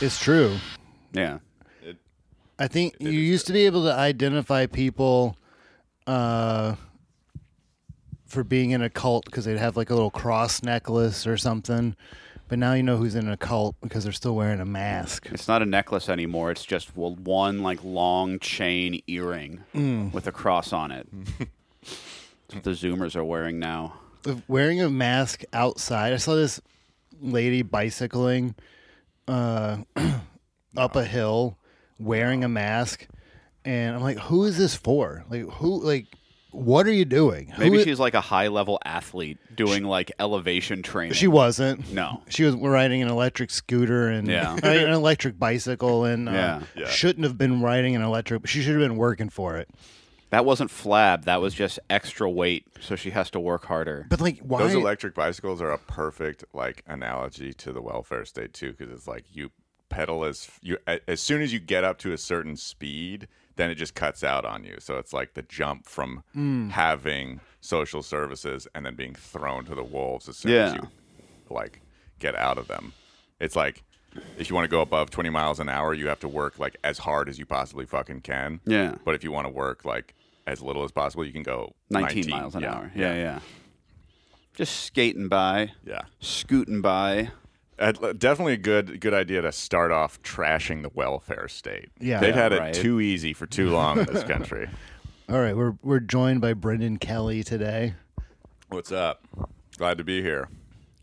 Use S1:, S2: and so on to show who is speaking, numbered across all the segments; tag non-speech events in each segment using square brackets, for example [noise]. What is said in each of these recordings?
S1: It's true.
S2: Yeah.
S3: It,
S1: I think you used to be able to identify people uh, for being in a cult because they'd have like a little cross necklace or something. But now you know who's in a cult because they're still wearing a mask.
S2: It's not a necklace anymore. It's just well, one like long chain earring
S1: Mm.
S2: with a cross
S1: [laughs]
S2: on it. That's what the Zoomers are wearing now.
S1: Of Wearing a mask outside. I saw this lady bicycling uh, [clears throat] up a hill wearing a mask. And I'm like, who is this for? Like, who, like, what are you doing? Who
S2: Maybe
S1: i-
S2: she's like a high level athlete doing like elevation training.
S1: She wasn't.
S2: No.
S1: She was riding an electric scooter and
S2: Yeah.
S1: I mean, [laughs] an electric bicycle and uh,
S2: Yeah.
S3: Yeah.
S1: shouldn't have been riding an electric. She should have been working for it.
S2: that wasn't flab. That was just extra weight. So she has to work harder.
S1: But like, why?
S3: those electric bicycles are a perfect like analogy to the welfare state too, because it's like you pedal as you a- as soon as you get up to a certain speed, then it just cuts out on you. So it's like the jump from
S2: Mm.
S3: having social services and then being thrown to the wolves as soon as
S2: Yeah.
S3: you like get out of them. It's like if you want to go above 20 miles an hour, you have to work like as hard as you possibly fucking can.
S2: Yeah.
S3: But if you want to work like as little as possible, you can go
S2: 19, miles an
S3: Yeah.
S2: hour. Yeah, yeah. Just skating by,
S3: Yeah.
S2: scooting by.
S3: Uh, definitely a good good idea to start off trashing the welfare state.
S1: Yeah.
S3: they've had
S2: right.
S3: it too easy for too long in this country.
S1: All right, we're we're joined by Brendan Kelly today.
S3: What's up? Glad to be here.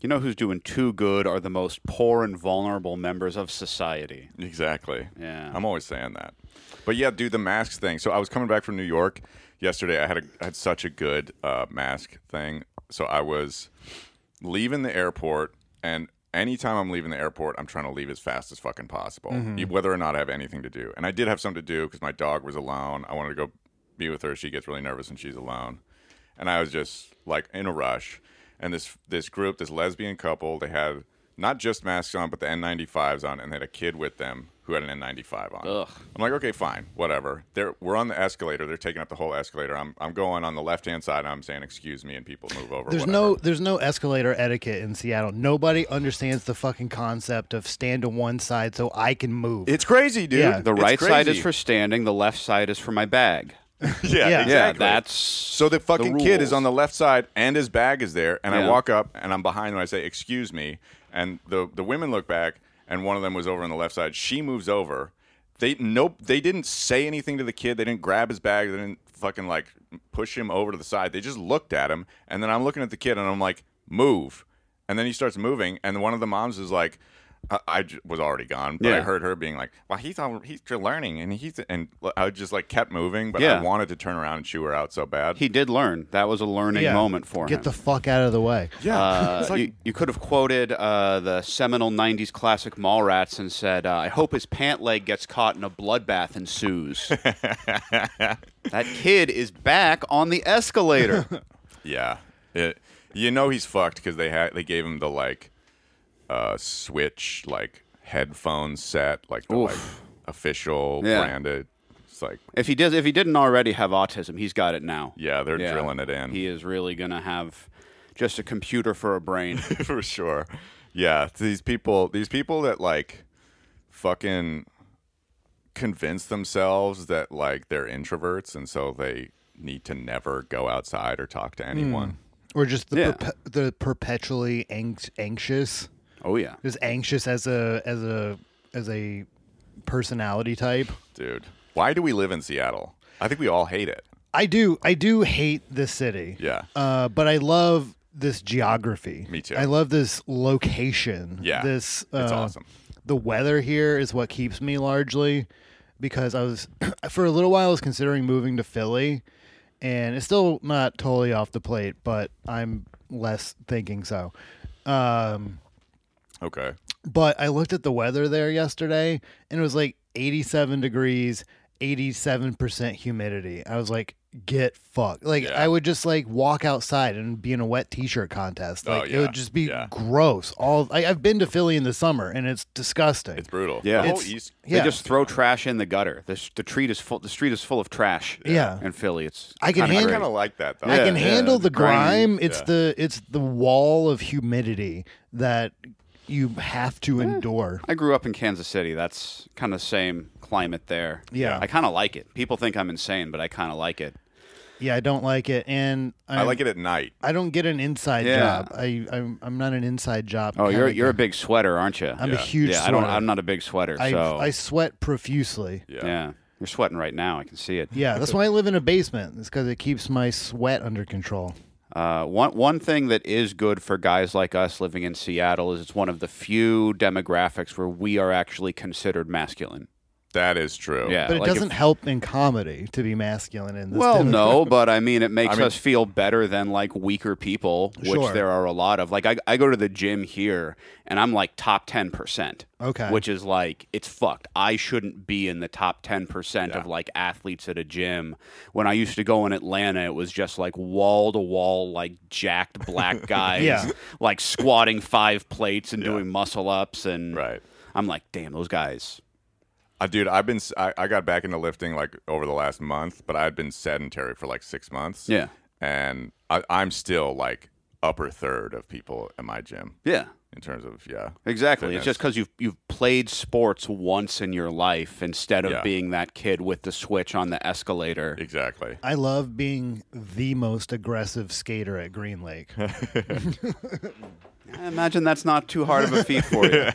S2: You know who's doing too good are the most poor and vulnerable members of society.
S3: Exactly.
S2: Yeah.
S3: I'm always saying that. But yeah, dude, the masks thing. So I was coming back from New York yesterday. I had a, I had such a good uh, mask thing. So I was leaving the airport, and anytime I'm leaving the airport, I'm trying to leave as fast as fucking possible,
S1: Mm-hmm.
S3: whether or not I have anything to do. And I did have something to do because my dog was alone. I wanted to go be with her. She gets really nervous when she's alone, and I was just like in a rush. And this this group, this lesbian couple, they had not just masks on, but the N95s on, and they had a kid with them who had an N95 on.
S2: Ugh.
S3: I'm like, okay, fine, whatever. They're, we're on the escalator. They're taking up the whole escalator. I'm, I'm going on the left hand side. And I'm saying, excuse me, and people move over.
S1: There's
S3: whatever.
S1: no there's no escalator etiquette in Seattle. Nobody understands the fucking concept of stand to one side so I can move.
S3: It's crazy, dude.
S1: Yeah.
S2: The
S3: It's
S2: right side is
S3: crazy.
S2: for standing, the left side is for my bag.
S3: [laughs] yeah,
S1: Yeah.
S3: exactly.
S2: Yeah, that's
S3: so the fucking kid is
S2: rules.
S3: on the left side and his bag is there, and
S2: Yeah.
S3: I walk up and I'm behind them. I say, "Excuse me," and the the women look back, and one of them was over on the left side. She moves over. They nope. They didn't say anything to the kid. They didn't grab his bag. They didn't fucking like push him over to the side. They just looked at him, and then I'm looking at the kid, and I'm like, "Move." And then he starts moving, and one of the moms is like, I, I j- was already gone, but I
S2: Yeah.
S3: heard her being like, "Well, he's all, he's still learning," and he's and I just like kept moving, but
S2: Yeah.
S3: I wanted to turn around and chew her out so bad.
S2: He did learn. That was a learning
S1: Yeah.
S2: moment for
S1: Get
S2: him.
S1: the fuck out of the way.
S3: yeah,
S2: Uh,
S3: [laughs] it's like,
S2: you, you could have quoted uh, the seminal 90s classic Mallrats and said, uh, I hope his pant leg gets caught in a bloodbath
S3: [laughs]
S2: ensues. that kid is back on the
S3: [laughs]
S2: escalator.
S3: yeah, it, you know he's fucked because they had they gave him the like uh, switch like headphone set, like the
S2: Oof.
S3: like official
S2: Yeah.
S3: branded. It's like
S2: If he does, if he didn't already have autism, he's got it now.
S3: Yeah, they're drilling it in.
S2: He is really gonna have just a computer for a
S3: [laughs]
S2: brain.
S3: [laughs] for sure. Yeah, these people, these people that like fucking convince themselves that like they're introverts and so they need to never go outside or talk to anyone.
S1: Or just the
S2: Yeah.
S1: perpe- the perpetually anx- anxious.
S2: oh yeah,
S1: Just anxious as a as a as a personality type.
S3: Dude, why do we live in Seattle? I think we all hate it.
S1: I do. I do hate this city.
S3: Yeah.
S1: Uh, but I love this geography.
S3: Me too.
S1: I love this location.
S3: Yeah.
S1: This. Uh,
S3: It's awesome.
S1: The weather here is what keeps me largely, because I was [clears throat] for a little while I was considering moving to Philly, and it's still not totally off the plate, but I'm less thinking so. Um,
S3: Okay.
S1: but I looked at the weather there yesterday and it was like 87 degrees, 87% humidity. I was like, get fucked. Like,
S3: Yeah.
S1: I would just like walk outside and be in a wet t shirt contest.
S3: Oh,
S1: Like, it
S3: yeah.
S1: would just be
S3: Yeah.
S1: gross. All I, I've been to Philly in the summer and it's disgusting.
S3: It's brutal.
S2: Yeah.
S3: The whole
S2: It's-
S3: East.
S1: Yeah.
S2: they just throw trash in the gutter. The, s- the street is full. The street is full of trash.
S1: Yeah.
S2: in Philly, it's
S1: I can
S2: kinda
S1: handle-
S2: great.
S3: kind of like that though.
S1: I
S2: Yeah,
S1: can
S2: yeah,
S1: handle
S2: the
S1: the
S2: grime,
S1: grime. It's the it's the wall of humidity that you have to endure.
S2: I grew up in Kansas City. That's kind of same climate there.
S1: Yeah.
S2: I kind of like it. People think I'm insane, but I kind of like it.
S1: Yeah, I don't like it, and
S3: I like it at night.
S1: I don't get an inside
S2: Yeah.
S1: job. I I'm, I'm not an inside job.
S2: Oh, you're
S1: kinda
S2: you're a
S1: guy.
S2: big sweater, aren't you?
S1: I'm a
S3: yeah.
S1: huge.
S2: yeah, I don't.
S1: sweater.
S2: I'm not a big sweater.
S1: I,
S2: so
S1: I sweat profusely. Yeah.
S2: yeah. you're sweating right now. I can see it.
S1: that's why I live in a basement. It's because it keeps my sweat under control.
S2: Uh, one one thing that is good for guys like us living in Seattle is it's one of the few demographics where we are actually considered masculine.
S3: That is true.
S2: Yeah,
S1: But it
S2: like if-
S1: doesn't help in comedy to be masculine in this.
S2: Well,
S1: demographic. [laughs]
S2: no, but I mean, it makes
S3: mean-
S2: us feel better than like weaker people, which
S1: Sure.
S2: there are a lot of. Like, I, I go to the gym here and I'm like top 10%.
S1: Okay.
S2: Which is like, it's fucked. I shouldn't be in the top 10% of like athletes at a gym. When I used to go in Atlanta, it was just like wall to wall, like
S1: [laughs]
S2: jacked black guys,
S1: Yeah.
S2: like squatting five plates and doing muscle ups. And
S3: Right.
S2: I'm like, damn, those guys.
S3: Uh, dude, I've been s- I, I got back into lifting like over the last month, but I'd been sedentary for like six months.
S2: Yeah.
S3: and I, I'm still like upper third of people at my gym
S2: Yeah.
S3: in terms of yeah.
S2: Exactly. It's
S3: Fitness.
S2: just because you've you've played sports once in your life instead of
S3: Yeah.
S2: being that kid with the switch on the escalator.
S3: Exactly.
S1: I love being the most aggressive skater at Green Lake. [laughs]
S2: I imagine that's not too hard of a feat for [laughs] you.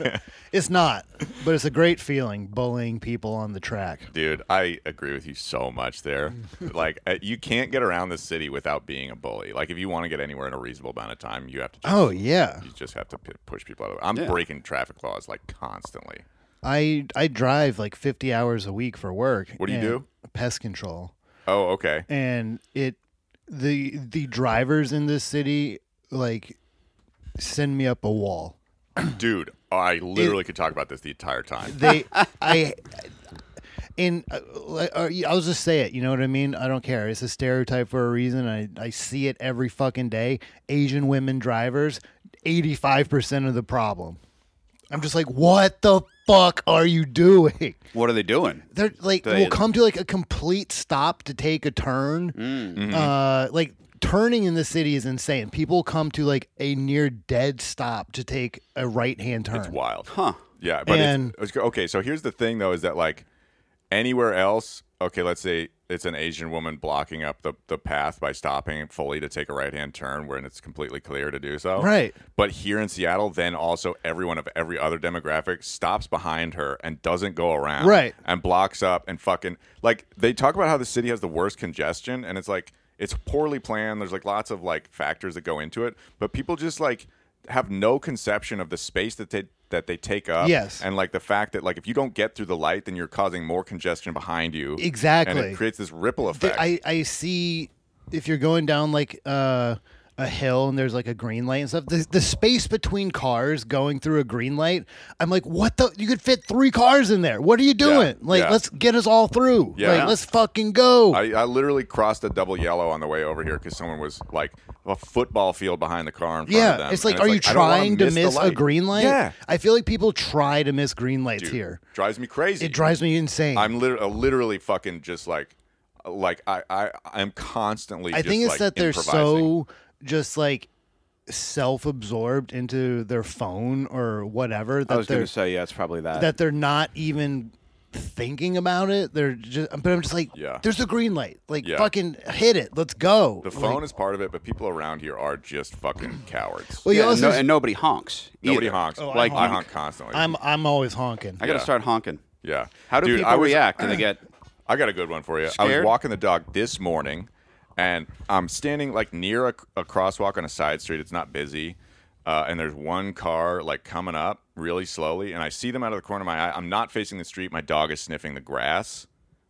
S1: it's not, but it's a great feeling bullying people on the track.
S3: Dude, I agree with you so
S2: [laughs]
S3: much there. like, uh, you can't get around the city without being a bully. Like, if you want to get anywhere in a reasonable amount of time, you have to. Just,
S1: Oh yeah,
S3: you just have to p- push people out. of I'm
S2: Yeah.
S3: breaking traffic laws like constantly.
S1: I I drive like 50 hours a week for work.
S3: What do you
S1: and-
S3: do?
S1: Pest control.
S3: Oh, okay.
S1: and it the the drivers in this city like send me up a wall
S3: Dude, I literally could talk about this the entire time.
S1: they i and uh, like, uh, i'll just say it you know what i mean i don't care it's a stereotype for a reason i, I see it every fucking day asian women drivers 85% of the problem i'm just like what the fuck are you doing
S2: What are they doing?
S1: they're like
S2: They-
S1: will come to like a complete stop to take a turn.
S3: Mm. Mm-hmm.
S1: Uh, like turning in the city is insane. People come to like a near dead stop to take a right hand turn.
S3: It's wild.
S2: Huh.
S3: Yeah, but it's-
S1: And-
S3: it's, okay. So here's the thing, though, is that like anywhere else, okay, let's say it's an Asian woman blocking up the, the path by stopping fully to take a right hand turn when it's completely clear to do so.
S1: Right.
S3: But here in Seattle, then also everyone of every other demographic stops behind her and doesn't go around.
S1: Right.
S3: And blocks up and fucking like they talk about how the city has the worst congestion and it's like it's poorly planned. There's like lots of like factors that go into it, but people just like have no conception of the space that they that they take up.
S1: Yes.
S3: And like the fact that like if you don't get through the light, then you're causing more congestion behind you.
S1: Exactly.
S3: And it creates this ripple
S1: Th-
S3: effect.
S1: I I see if you're going down like uh, a hill and there's like a green light and stuff. The the space between cars going through a green light, I'm like, what the? You could fit three cars in there. What are you doing? like,
S3: yeah.
S1: let's get us all through.
S3: Yeah.
S1: Like, let's fucking go.
S3: I, I literally crossed a double yellow on the way over here because someone was like a football field behind the car in front
S1: Yeah,
S3: of them.
S1: it's like,
S3: And
S1: are you
S3: I don't wanna
S1: trying to
S3: the
S1: miss a
S3: light.
S1: green light?
S3: Yeah,
S1: I feel like people try to miss green lights
S3: dude,
S1: here.
S3: drives me crazy.
S1: It drives me insane.
S3: I'm literally, literally fucking just like, uh, like I, I, I'm constantly.
S1: I
S3: just,
S1: think it's
S3: like,
S1: that they're
S3: improvising.
S1: so just like self-absorbed into their phone or whatever
S2: I
S1: that
S2: was going
S1: they're
S2: to say, yeah, it's probably that.
S1: that they're not even thinking about it. They're just but I'm just like
S3: Yeah.
S1: there's a green light. Like
S3: Yeah.
S1: fucking hit it. Let's go.
S3: The
S1: Like,
S3: phone is part of it, but people around here are just fucking cowards.
S1: Well, you
S2: yeah, and,
S1: also
S2: no- and nobody honks.
S3: Nobody
S2: either.
S3: honks.
S1: Oh, I
S3: like I
S1: honk.
S3: honk constantly.
S1: I'm I'm always honking.
S2: I got to
S3: Yeah.
S2: start honking.
S3: yeah.
S2: How do
S3: Dude,
S2: people
S3: I was-
S2: react? [clears throat] Do they get?
S3: I got a good one for you. I
S2: Scared?
S3: was walking the dog this morning, and I'm standing like near a, a crosswalk on a side street. It's not busy, uh, and there's one car like coming up really slowly, and I see them out of the corner of my eye. I'm not facing the street. My dog is sniffing the grass,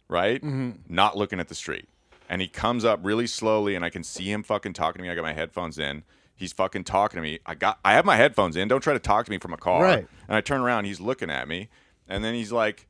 S3: right? Not looking at the street, and he comes up really slowly, and I can see him fucking talking to me. I got my headphones in. He's fucking talking to me. I got. I have my headphones in. Don't try to talk to me from a car.
S1: Right.
S3: And I turn around. He's looking at me, and then he's like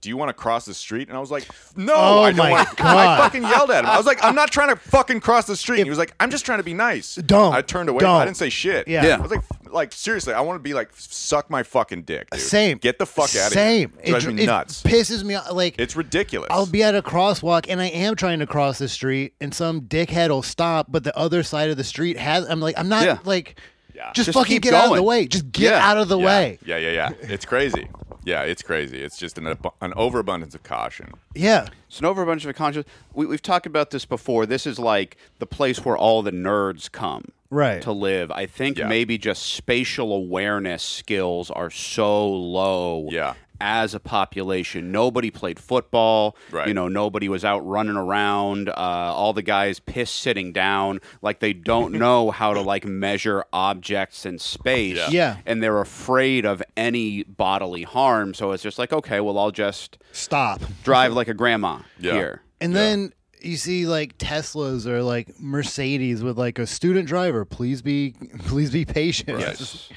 S3: do you want to cross the street? And I was like, no,
S1: Oh
S3: [laughs] I don't
S1: my
S3: want to.
S1: God.
S3: I fucking yelled at him. I was like, I'm not trying to fucking cross the street. And he was like, I'm just trying to be nice.
S1: Don't.
S3: I turned away.
S1: Don't.
S3: I didn't say shit.
S1: Yeah. Yeah.
S3: I was like, f- like seriously, I want to be like, suck my fucking dick, dude.
S1: Same.
S3: Get the fuck out of here.
S1: Same.
S3: It drives
S1: it,
S3: me
S1: it
S3: nuts.
S1: pisses me off. Like
S3: it's ridiculous.
S1: I'll be at a crosswalk and I am trying to cross the street and some dickhead will stop, but the other side of the street has. I'm like, I'm not
S2: Yeah.
S1: like.
S3: Yeah.
S1: Just,
S2: Just
S1: fucking
S2: keep
S1: get out of the
S2: going.
S1: way. Just get
S2: Yeah.
S1: out of the
S3: yeah.
S1: way.
S3: Yeah, yeah, yeah. It's crazy. Yeah, it's crazy. It's just an, ab- an overabundance of caution.
S1: Yeah.
S2: It's an overabundance of conscious. We, we've talked about this before. This is like the place where all the nerds come
S1: Right.
S2: to live. I think
S3: Yeah.
S2: maybe just spatial awareness skills are so low.
S3: Yeah.
S2: As a population, nobody played football.
S3: Right.
S2: You know, nobody was out running around. Uh, all the guys piss sitting down. Like they don't
S3: [laughs]
S2: know how to like measure objects in space.
S3: Yeah.
S1: Yeah.
S2: And they're afraid of any bodily harm. So it's just like, okay, well, I'll just
S1: Stop.
S2: drive like a grandma
S3: Yeah.
S2: here.
S1: And
S3: Yeah.
S1: then you see like Teslas or like Mercedes with like a student driver. Please be [laughs] please be patient.
S3: Yes.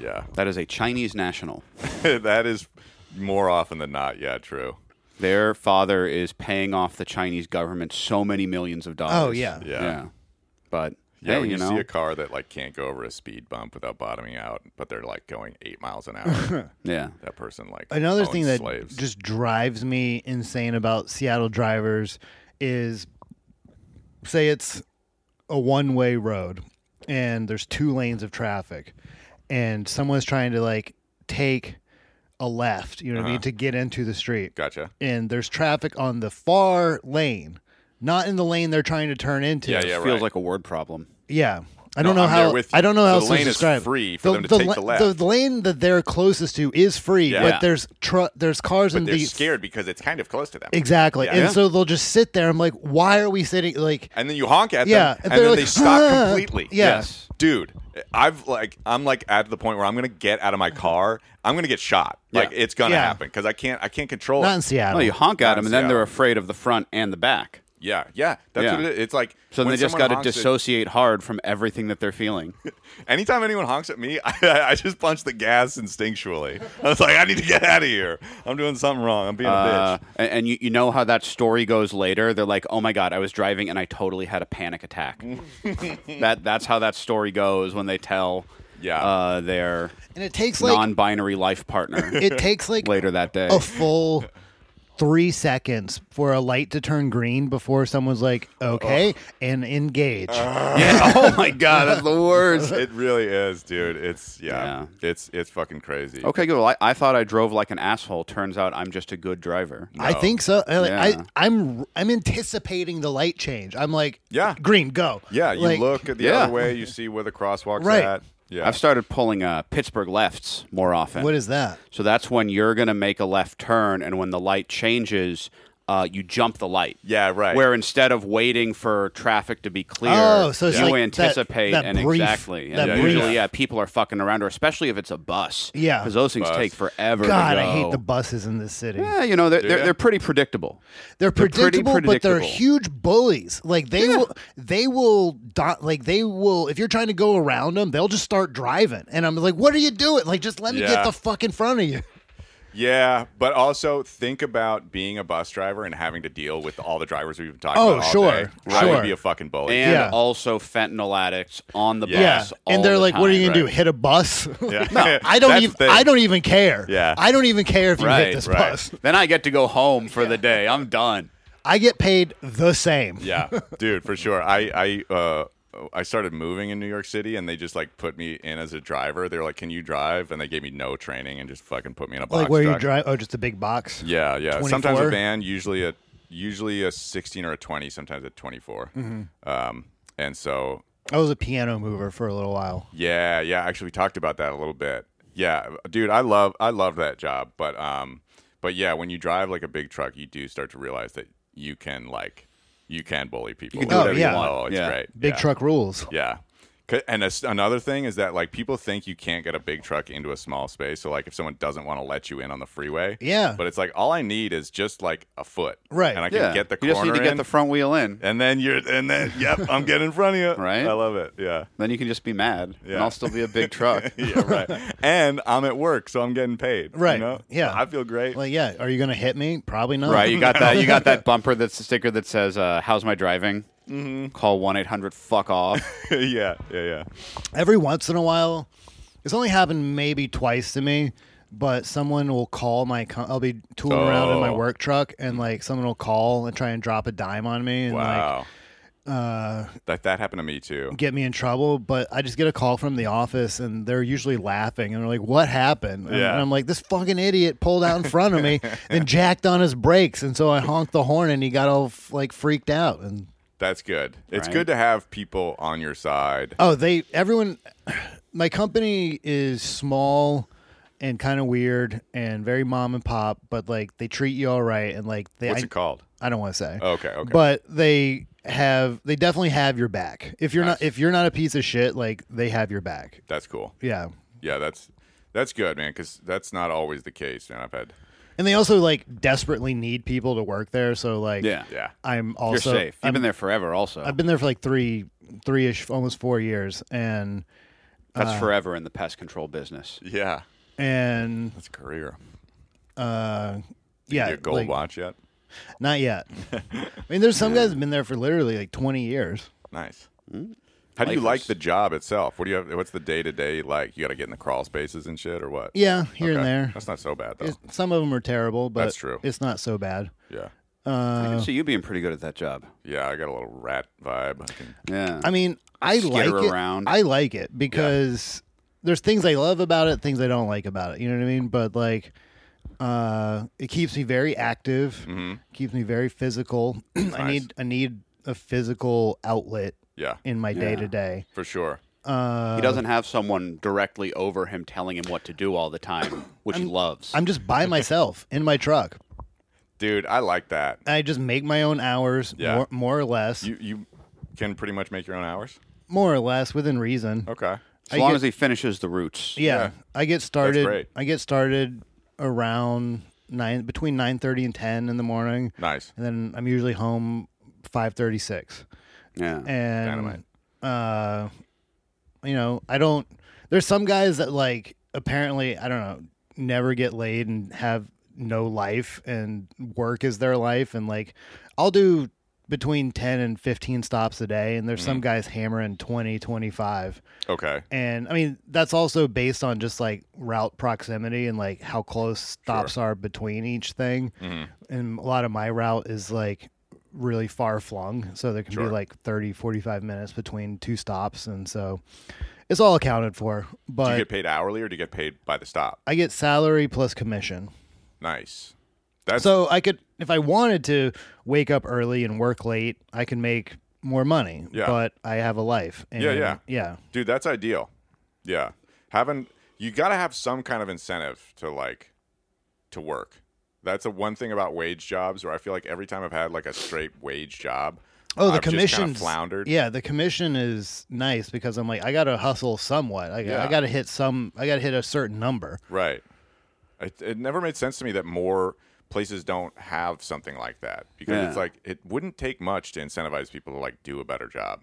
S3: Yeah. [laughs]
S2: That is a Chinese national.
S3: that is more often than not, yeah, true.
S2: Their father is paying off the Chinese government so many millions of dollars.
S1: Oh, yeah.
S3: Yeah.
S2: But
S3: Yeah,
S2: hey,
S3: when
S2: you
S3: you,
S2: know,
S3: see a car that like can't go over a speed bump without bottoming out, but they're like going eight miles an hour,
S1: [laughs]
S2: yeah.
S3: that person like
S1: Another
S3: owns
S1: thing that
S3: slaves.
S1: just drives me insane about Seattle drivers is say it's a one way road and there's two lanes of traffic and someone's trying to like take a left, you know what
S3: Uh-huh.
S1: I mean, to get into the street.
S3: gotcha.
S1: And there's traffic on the far lane, not in the lane they're trying to turn into.
S3: Yeah, yeah,
S2: It
S3: right.
S2: feels like a word problem.
S1: Yeah. I
S3: No,
S1: don't know
S3: I'm
S1: how.
S3: there with you.
S1: I don't know
S3: The
S1: how else
S3: lane
S1: to
S3: is
S1: describe. it.
S3: free for them to take the
S1: la-
S3: left.
S1: the lane that they're closest to is free,
S3: Yeah.
S1: but there's tru- there's cars in
S3: But they're
S1: the
S3: scared because it's kind of close to them.
S1: exactly,
S3: Yeah.
S1: and
S3: Yeah.
S1: so they'll just sit there. I'm like, why are we sitting like?
S3: and then you honk at
S1: Yeah,
S3: them,
S1: and
S3: and,
S1: they're
S3: then
S1: like,
S3: they stop
S1: "Huh."
S3: completely.
S1: Yeah.
S2: Yes.
S3: dude, I've like I'm like at the point where I'm gonna get out of my car. I'm gonna get shot. Like
S2: Yeah.
S3: it's gonna
S1: Yeah.
S3: happen because I can't I can't control
S1: Not in
S3: it.
S1: Seattle.
S2: No, you honk at them, and then
S3: Yeah.
S2: they're afraid of the front and the back.
S3: Yeah, yeah, that's
S2: Yeah.
S3: what it is. It's like
S2: So then
S3: when
S2: they just
S3: someone
S2: got to
S3: honks at-
S2: dissociate hard from everything that they're feeling.
S3: Anytime anyone honks at me, [laughs] I, I just punch the gas instinctually. I was like, I need to get out of here. I'm doing something wrong. I'm being a
S2: Uh,
S3: bitch.
S2: and and you, you know how that story goes later. They're like, "Oh my god, I was driving and I totally had a panic
S3: [laughs]
S2: attack." that that's how that story goes when they tell
S3: Yeah.
S2: uh, their
S1: and it takes like
S2: non-binary life partner
S1: [laughs] it Oh, takes like
S2: later that day.
S1: a [laughs]
S2: [laughs]
S3: [laughs]
S1: full three seconds for a light to turn green before someone's like, okay, and engage.
S3: Uh,
S2: yeah. oh my god, that's the worst.
S3: It really is, dude. It's yeah,
S2: Yeah.
S3: It's it's fucking crazy.
S2: Okay, good. Well, I, I thought I drove like an asshole. Turns out I'm just a good driver.
S1: I think so. I- Like,
S2: Yeah.
S1: I, I'm I'm anticipating the light change. I'm like,
S3: Yeah.
S1: green, go.
S3: Yeah, you
S1: Like,
S3: look at the
S2: Yeah.
S3: other way, you see where the crosswalk's
S1: Right.
S3: at. Yeah.
S2: I've started pulling uh, Pittsburgh lefts more often.
S1: What is that?
S2: so that's when you're gonna make a left turn, and when the light changes, uh, you jump the light.
S3: yeah, right.
S2: Where instead of waiting for traffic to be clear,
S1: Oh, so it's
S2: you
S1: like that-
S2: anticipate
S1: that
S2: and
S1: brief-
S2: exactly.
S1: that
S2: And
S3: brief-
S2: usually, yeah, people are fucking around, or especially if it's a bus.
S1: Yeah.
S2: because those things
S3: Bus.
S2: take forever. to
S1: God, I
S2: go.
S1: hate the buses in this city.
S2: Yeah, you know they're,
S3: ya?
S2: they're, they're pretty predictable.
S1: They're
S2: pretty
S1: predictable, but they're
S2: predictable.
S1: huge bullies. Like they will, they will dot, like they will. If you're trying to go around them, they'll just start driving, and I'm like, "What are you doing? Like, just let me
S3: Yeah.
S1: get the fuck in front of you."
S3: yeah, but also think about being a bus driver and having to deal with all the drivers we've been talking
S1: Oh,
S3: about. all
S1: sure,
S3: day. I
S1: sure.
S3: would be a fucking bully.
S2: and
S1: Yeah.
S2: also fentanyl addicts on the
S3: Yeah.
S2: bus. all
S1: and they're
S2: the
S1: like, "What are you
S2: time."
S1: gonna do? Hit a bus?"
S3: Yeah.
S1: no, [laughs]
S3: [laughs]
S1: I don't
S3: That's
S1: even.
S3: the thing.
S1: I don't even care.
S3: Yeah.
S1: I don't even care if you hit
S2: Right,
S1: this
S3: right.
S1: bus.
S2: Then I get to go home for the day. I'm done.
S1: I get paid the same.
S3: Yeah, dude, for sure. I I uh I started moving in New York City, and they just like put me in as a driver. They were like, "Can you drive?" And they gave me no training and just fucking put me in a box.
S1: like where you
S3: truck.
S1: drive? Oh, just a big box.
S3: Yeah, yeah. Sometimes
S1: 24?
S3: a van, usually a usually a sixteen or a twenty, sometimes a 24
S1: Mm-hmm.
S3: Um, and so
S1: I was a piano mover for a little while.
S3: yeah, yeah. Actually, we talked about that a little bit. Yeah, dude, I love I love that job, but um, but yeah, when you drive like a big truck, you do start to realize that you can like you can bully people.
S2: can do
S3: Oh,
S1: whatever you
S3: yeah.
S2: want.
S3: Oh, it's
S2: Yeah.
S3: great.
S1: Big
S3: Yeah.
S1: truck rules.
S3: Yeah. 'Cause- And a s another thing is that like people think you can't get a big truck into a small space. So like if someone doesn't want to let you in on the freeway,
S1: Yeah.
S3: But it's like all I need is just like a foot,
S1: Right.
S3: And I can
S2: Yeah,
S3: get the
S2: you just
S3: corner
S2: need to get
S3: in,
S2: the front wheel in.
S3: and then you're and then yep,
S1: [laughs]
S3: I'm getting in front of you.
S2: Right?
S3: I love it. Yeah.
S2: Then you can just be mad,
S3: Yeah.
S2: and I'll still be a big truck.
S3: [laughs] Yeah. Right. and I'm at work, so I'm getting paid. you
S1: Right.
S3: know?
S1: Yeah.
S3: I feel great.
S1: Like, yeah, are you gonna hit me? Probably not.
S2: right? You got that. You got that bumper that's a sticker that says, uh, "How's my driving?"
S3: Mm-hmm.
S2: Call one eight hundred. Fuck off.
S3: [laughs] yeah. Yeah. Yeah.
S1: [laughs] every once in a while it's only happened maybe twice to me but someone will call my com- i'll be tooling around in my
S3: Oh.
S1: work truck and like uh, someone will call and try and drop a dime on me and
S3: Wow.
S1: like
S3: That that happened to me too.
S1: get me in trouble, but I just get a call from the office and they're usually laughing and they're like, What happened? And,
S3: Yeah.
S1: and I'm like, This fucking idiot pulled out in front of me
S3: [laughs]
S1: and jacked on his brakes. And so I honked the horn and he got all f- like freaked out. And
S3: That's good. It's
S2: Right.
S3: good to have people on your side.
S1: oh, they, everyone, my company is small and kind of weird and very mom and pop, but like they treat you all right. And like they,
S3: What's
S1: I-
S3: it called? Oh,
S1: I don't want to say.
S3: Okay, okay.
S1: But they have they definitely have your back. If you're not if you're not a piece of shit, like they have your back.
S3: That's cool.
S1: Yeah.
S3: Yeah, that's that's good, man. Because that's not always the case, man. I've had.
S1: And they also like desperately need people to work there, so like
S2: Yeah.
S3: [laughs] Yeah.
S1: I'm
S2: You're
S1: also
S2: safe. You've
S1: I'm-
S2: been there forever. Also,
S1: I've been there for like 3 3ish almost 4 years and
S2: that's
S1: uh,
S2: forever in the pest control business.
S3: Yeah.
S1: and
S3: That's a career.
S1: uh yeah,
S3: Your gold
S1: like,
S3: watch yet?
S1: not
S3: [laughs]
S1: yet. I mean, there's some guys that have been there for literally like 20 years.
S3: Nice.
S1: Hmm?
S3: How do you like
S2: Lifers.
S3: the job itself? What do you have? What's the day to day like? You got to get in the crawl spaces and shit, or what?
S1: Yeah, here
S3: Okay.
S1: and there.
S3: That's not so bad though.
S1: It's- some of them are terrible, but
S3: That's true.
S1: it's not so bad.
S3: yeah.
S1: Uh,
S2: I can see you being pretty good at that job.
S3: Yeah, I got a little rat vibe. I can-
S2: Yeah.
S1: I mean, I like
S2: Skitter
S1: it.
S2: around.
S1: I like it because there's things I love about it, things I don't like about it. You know what I mean? But like, uh, it keeps me very active, keeps me very physical. [clears throat] I
S3: Mm-hmm. Nice.
S1: need I need a physical outlet
S3: yeah,
S1: in my day to day.
S3: for sure.
S1: Uh,
S2: he doesn't have someone directly over him telling him what to do all the time, which he loves.
S1: I'm just by myself in my truck.
S3: Dude, I like that.
S1: I just make my own hours,
S3: Yeah.
S1: more, more or less,
S3: You you can pretty much make your own hours.
S1: more or less within reason.
S3: Okay.
S2: as long as he finishes the roots.
S1: yeah,
S3: Oh, Yeah.
S1: I get started.
S3: great.
S1: I get started around nine between nine thirty and ten in the morning,
S3: Nice.
S1: and then I'm usually home five thirty six.
S2: Yeah.
S1: And
S3: Dynamite.
S1: uh, you know, I don't. There's some guys that like apparently I don't know never get laid and have no life and work is their life and like I'll do between 10 and 15 stops a day and there's some
S3: Mm.
S1: guys hammering 20 25
S3: Okay.
S1: and I mean that's also based on just like route proximity and like how close stops are between each thing.
S3: Mm-hmm.
S1: And a lot of my route is like really far flung, so there can be
S3: Sure.
S1: like 30 45 minutes between two stops and so it's all accounted for,
S3: Do
S1: but
S3: you get paid hourly or do you get paid by the stop?
S1: I get salary plus commission.
S3: Nice. That's
S1: So I could if I wanted to wake up early and work late, I can make more money,
S3: Yeah.
S1: but I have a life. And
S3: Yeah, yeah.
S1: Yeah.
S3: dude that's ideal yeah having you gotta have some kind of incentive to like to work that's the one thing about wage jobs where i feel like every time i've had like a straight wage job
S1: Oh, the
S3: I've just kinda
S1: commission's
S3: floundered
S1: Yeah, the commission is nice because I'm like, I gotta hustle somewhat. I,
S3: Yeah.
S1: I gotta hit some. I gotta hit a certain number.
S3: right it, it never made sense to me that more places don't have something like that because it's
S2: Yeah.
S3: like it wouldn't take much to incentivize people to like do a better job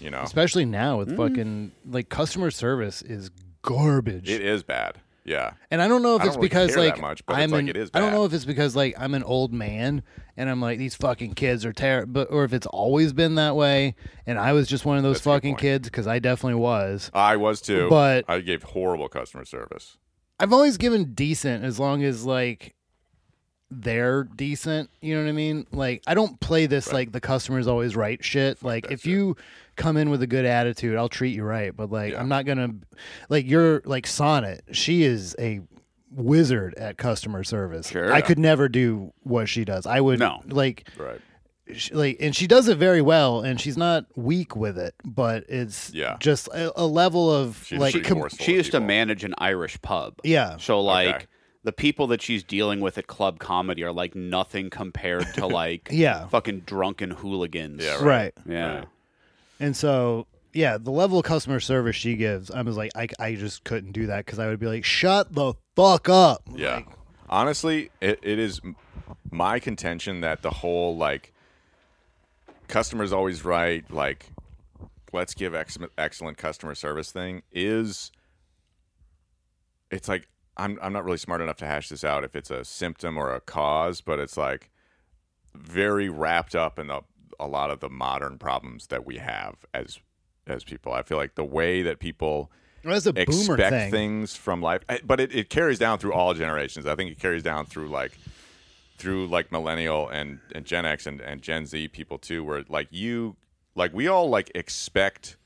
S3: you know
S1: Especially now
S3: Mm.
S1: with fucking like customer service is garbage.
S3: it is bad yeah
S1: and I don't know if
S3: I
S1: it's
S3: don't really
S1: because
S3: care that
S1: like
S3: much, but it's
S1: I'm
S3: like
S1: an,
S3: it is
S1: I don't
S3: bad.
S1: know if it's because like I'm an old man and I'm like these fucking kids are terrible, but or if it's always been that way and I was just one of those
S3: a good
S1: fucking
S3: point.
S1: kids because I definitely was.
S3: i was too
S1: But-
S3: i gave horrible customer service
S1: I've always given decent as long as like they're decent. You know what I mean? Like I don't play this like the customer's always right shit. Like if you come in with a good attitude, I'll treat you right. But like I'm not gonna like you're like Sonnet. She is a wizard at customer service.
S2: Sure.
S1: I could never do what she does. I would
S2: No.
S1: like
S3: right
S1: she, like and she does it very well and she's not weak with it but it's
S3: Yeah.
S1: just a, a level of
S3: She's
S1: like
S3: pretty
S1: com-
S3: forceful
S2: She
S3: with
S2: used to
S3: people.
S2: manage an Irish pub.
S1: yeah
S2: So like
S3: Okay.
S2: the people that she's dealing with at club comedy are like nothing compared
S1: [laughs]
S2: to like
S1: Yeah.
S2: fucking drunken hooligans.
S3: Yeah,
S1: right
S2: Yeah.
S3: Right.
S1: And so, yeah, the level of customer service she gives, I was like, I, I just couldn't do that because I would be like, shut the fuck up.
S3: Yeah. Honestly, it, it is m- my contention that the whole like customers always right, like let's give ex- excellent customer service thing is it's like I'm I'm not really smart enough to hash this out if it's a symptom or a cause, but it's like very wrapped up in the, a lot of the modern problems that we have as as people. I feel like the way that people
S1: Well, that's a boomer
S3: expect
S1: thing.
S3: things from life I- but it, it carries down through all generations i think it carries down through like through like millennial and, and gen x and, and gen z people too where like you like we all like expect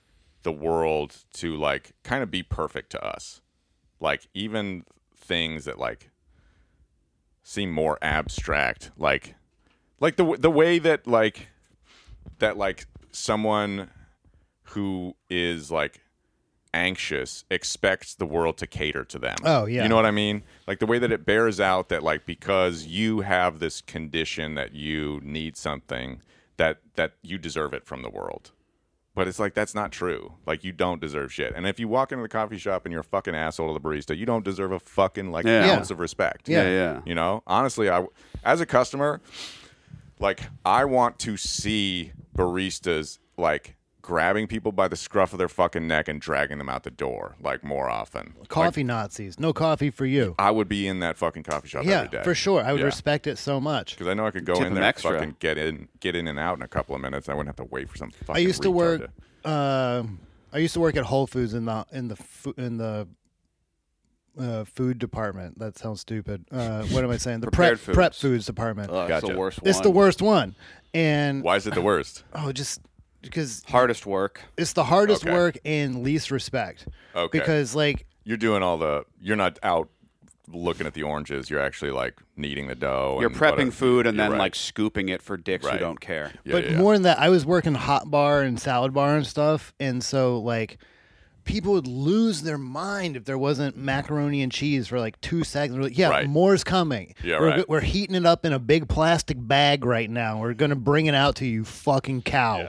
S3: the world to like kind of be perfect to us like even things that like seem more abstract like like the w- the way that like that like someone who is like anxious expects the world to cater to them.
S1: Oh, yeah.
S3: You know what I mean? Like the way that it bears out that like because you have this condition that you need something that that you deserve it from the world. But it's like that's not true. Like you don't deserve shit. And if you walk into the coffee shop and you're a fucking asshole to the barista, you don't deserve a fucking like
S2: Yeah.
S3: ounce of respect.
S1: Yeah.
S2: Yeah, yeah.
S3: You know, honestly, I as a customer, like I want to see baristas like grabbing people by the scruff of their fucking neck and dragging them out the door like more often. Like,
S1: Coffee Nazis. No coffee for you.
S3: I would be in that fucking coffee shop
S1: Yeah,
S3: every day.
S1: for sure. I would
S3: Yeah.
S1: respect it so much.
S3: Because I know I could go
S2: Tip
S3: in
S2: them
S3: there and
S2: extra.
S3: fucking get in, get in and out in a couple of minutes. I wouldn't have to wait for some. Fucking
S1: I used to
S3: retard
S1: work. Uh, I used to work at Whole Foods in the in the fu- in the uh, food department. That sounds stupid. Uh, what am I
S3: [laughs]
S1: saying? The prep
S2: Prepared
S1: prep
S2: foods.
S1: foods department.
S2: Ugh, It's
S3: Gotcha.
S2: the worst one.
S1: it's the worst one, and
S3: Why is it the worst?
S1: oh, just because
S2: Hardest work.
S1: it's the hardest
S3: Okay.
S1: work and least respect.
S3: Okay.
S1: Because like
S3: You're doing all the. You're not out looking at the oranges. You're actually like kneading the dough.
S2: You're
S3: and
S2: prepping
S3: whatever.
S2: food and
S3: You're
S2: then
S3: right.
S2: like scooping it for dicks
S3: Right.
S2: who don't care.
S3: Yeah,
S1: but
S3: yeah, yeah.
S1: more than that, I was working hot bar and salad bar and stuff, and so like people would lose their mind if there wasn't macaroni and cheese for like two seconds. We're like, yeah,
S3: Right.
S1: more's coming.
S3: Yeah,
S1: we're,
S3: right.
S1: we're heating it up in a big plastic bag right now. We're gonna bring it out to you, fucking cow.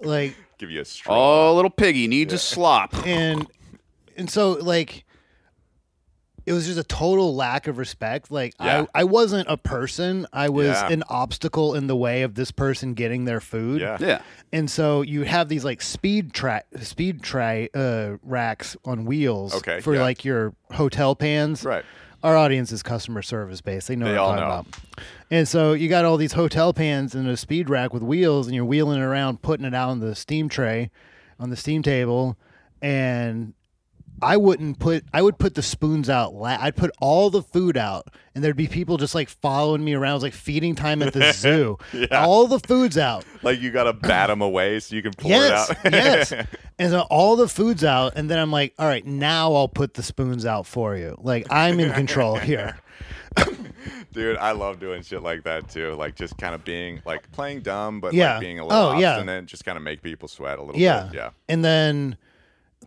S1: Like
S3: give you a straw.
S2: Oh, little piggy needs a
S3: [laughs]
S2: slop.
S1: and and so like it was just a total lack of respect like
S3: Yeah.
S1: I, I wasn't a person i was
S3: Yeah.
S1: an obstacle in the way of this person getting their food
S3: Yeah.
S2: Yeah.
S1: and so you have these like speed track speed try uh racks on wheels
S3: Okay,
S1: for
S3: yeah.
S1: like your hotel pans
S3: Right.
S1: our audience is customer service based. They know
S3: They
S1: what I'm
S3: all
S1: talking
S3: know.
S1: about. And so you got all these hotel pans and a speed rack with wheels, and you're wheeling it around, putting it out on the steam tray, on the steam table, and I wouldn't put. I would put the spoons out. La- I'd put all the food out, and there'd be people just like following me around. It was like feeding time at
S3: [laughs]
S1: the zoo. All the food's out.
S3: Like you gotta bat them away so you can pour
S1: Yes,
S3: it out.
S1: yes.
S2: [laughs]
S1: And so all the food's out, and then I'm like, all right, now I'll put the spoons out for you. Like I'm in control
S2: [laughs]
S1: here.
S3: [laughs] Dude, I love doing shit like that too. Like just kind of being like playing dumb, but
S1: Yeah.
S3: like being a little
S1: Oh, yeah.
S3: obstinate, just kind of make people sweat a little
S1: Yeah.
S3: bit. Yeah.
S1: And then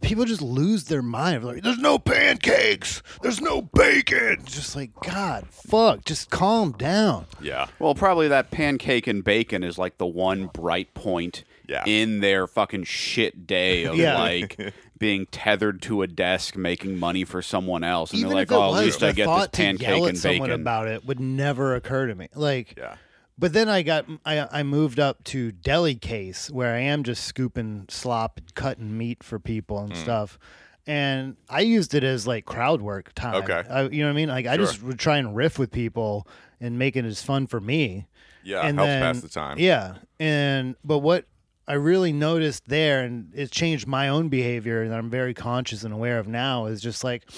S1: people just lose their mind. Like, there's no pancakes. There's no bacon. Just like, God, fuck. Just calm down.
S3: Yeah.
S2: Well, probably that pancake and bacon is like the one bright point
S3: Yeah.
S2: in their fucking shit day of
S1: Yeah.
S3: [laughs]
S2: like being tethered to a desk making money for someone else. And
S1: Even
S2: they're like,
S1: if it
S2: oh,
S1: was,
S2: at least
S1: the
S2: I get this
S1: thought to
S2: pancake
S1: yell at
S2: and
S1: someone
S2: bacon.
S1: about it would never occur to me. Like,
S3: Yeah.
S1: But then I got I, I moved up to deli case where I am just scooping slop, cutting meat for people and stuff. And I used it as like crowd work time.
S3: Okay.
S1: I, you know what I mean? Like I just would try and riff with people and make it as fun for me.
S3: Yeah.
S1: and
S3: helps
S1: then-
S3: pass the time.
S1: Yeah, and but what I really noticed there, and it changed my own behavior, and I'm very conscious and aware of now, is just like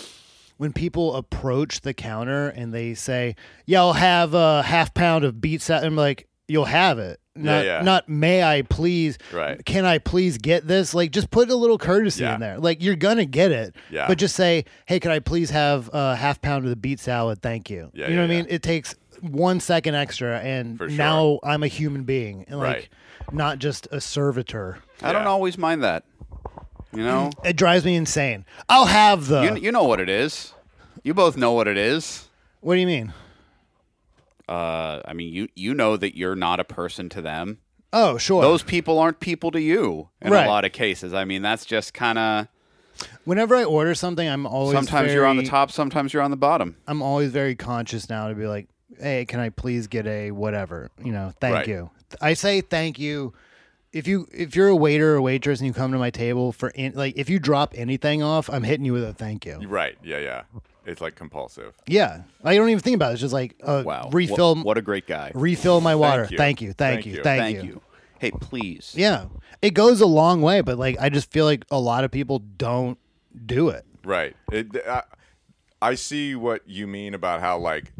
S1: when people approach the counter and they say, "Yeah, I'll have a half pound of beet salad," I'm like, "You'll have it." Not,
S3: yeah.
S1: not may I please,
S3: Right.
S1: can I please get this? Like, just put a little courtesy
S3: Yeah.
S1: in there. Like, you're gonna get it,
S3: Yeah.
S1: but just say, hey, can I please have a half pound of the beet salad? Thank you.
S3: Yeah,
S1: you know
S3: yeah,
S1: what I
S3: yeah.
S1: mean? It takes one second extra, and
S3: For sure.
S1: now I'm a human being, and like
S3: Right.
S1: not just a servitor.
S2: I don't
S3: Yeah.
S2: always mind that. You know?
S1: It drives me insane. I'll have the.
S2: you, you know what it is. You both know what it is.
S1: what do you mean?
S2: Uh, I mean, you you know that you're not a person to them.
S1: Oh, sure.
S2: Those people aren't people to you in
S1: Right.
S2: a lot of cases. I mean, that's just kind of
S1: Whenever I order something, I'm always
S2: sometimes you're on the
S1: very-
S2: top, sometimes you're on the bottom.
S1: I'm always very conscious now to be like, hey, can I please get a whatever? You know, thank
S3: Right.
S1: you. I say thank you. If you if you're a waiter or waitress and you come to my table for in, like if you drop anything off, I'm hitting you with a thank you.
S3: Right. Yeah. Yeah. It's like compulsive.
S1: Yeah, I don't even think about it. It's just like uh,
S2: Wow. Wha-
S1: refill
S2: What, a great guy.
S1: refill my water.
S3: you.
S1: Thank you, thank,
S3: Thank
S1: you,
S3: you.
S1: thank,
S2: Thank
S1: you.
S2: you. Hey, please.
S1: Yeah, it goes a long way, but like I just feel like a lot of people don't do it.
S3: Right. It, th- I, I see what you mean about how like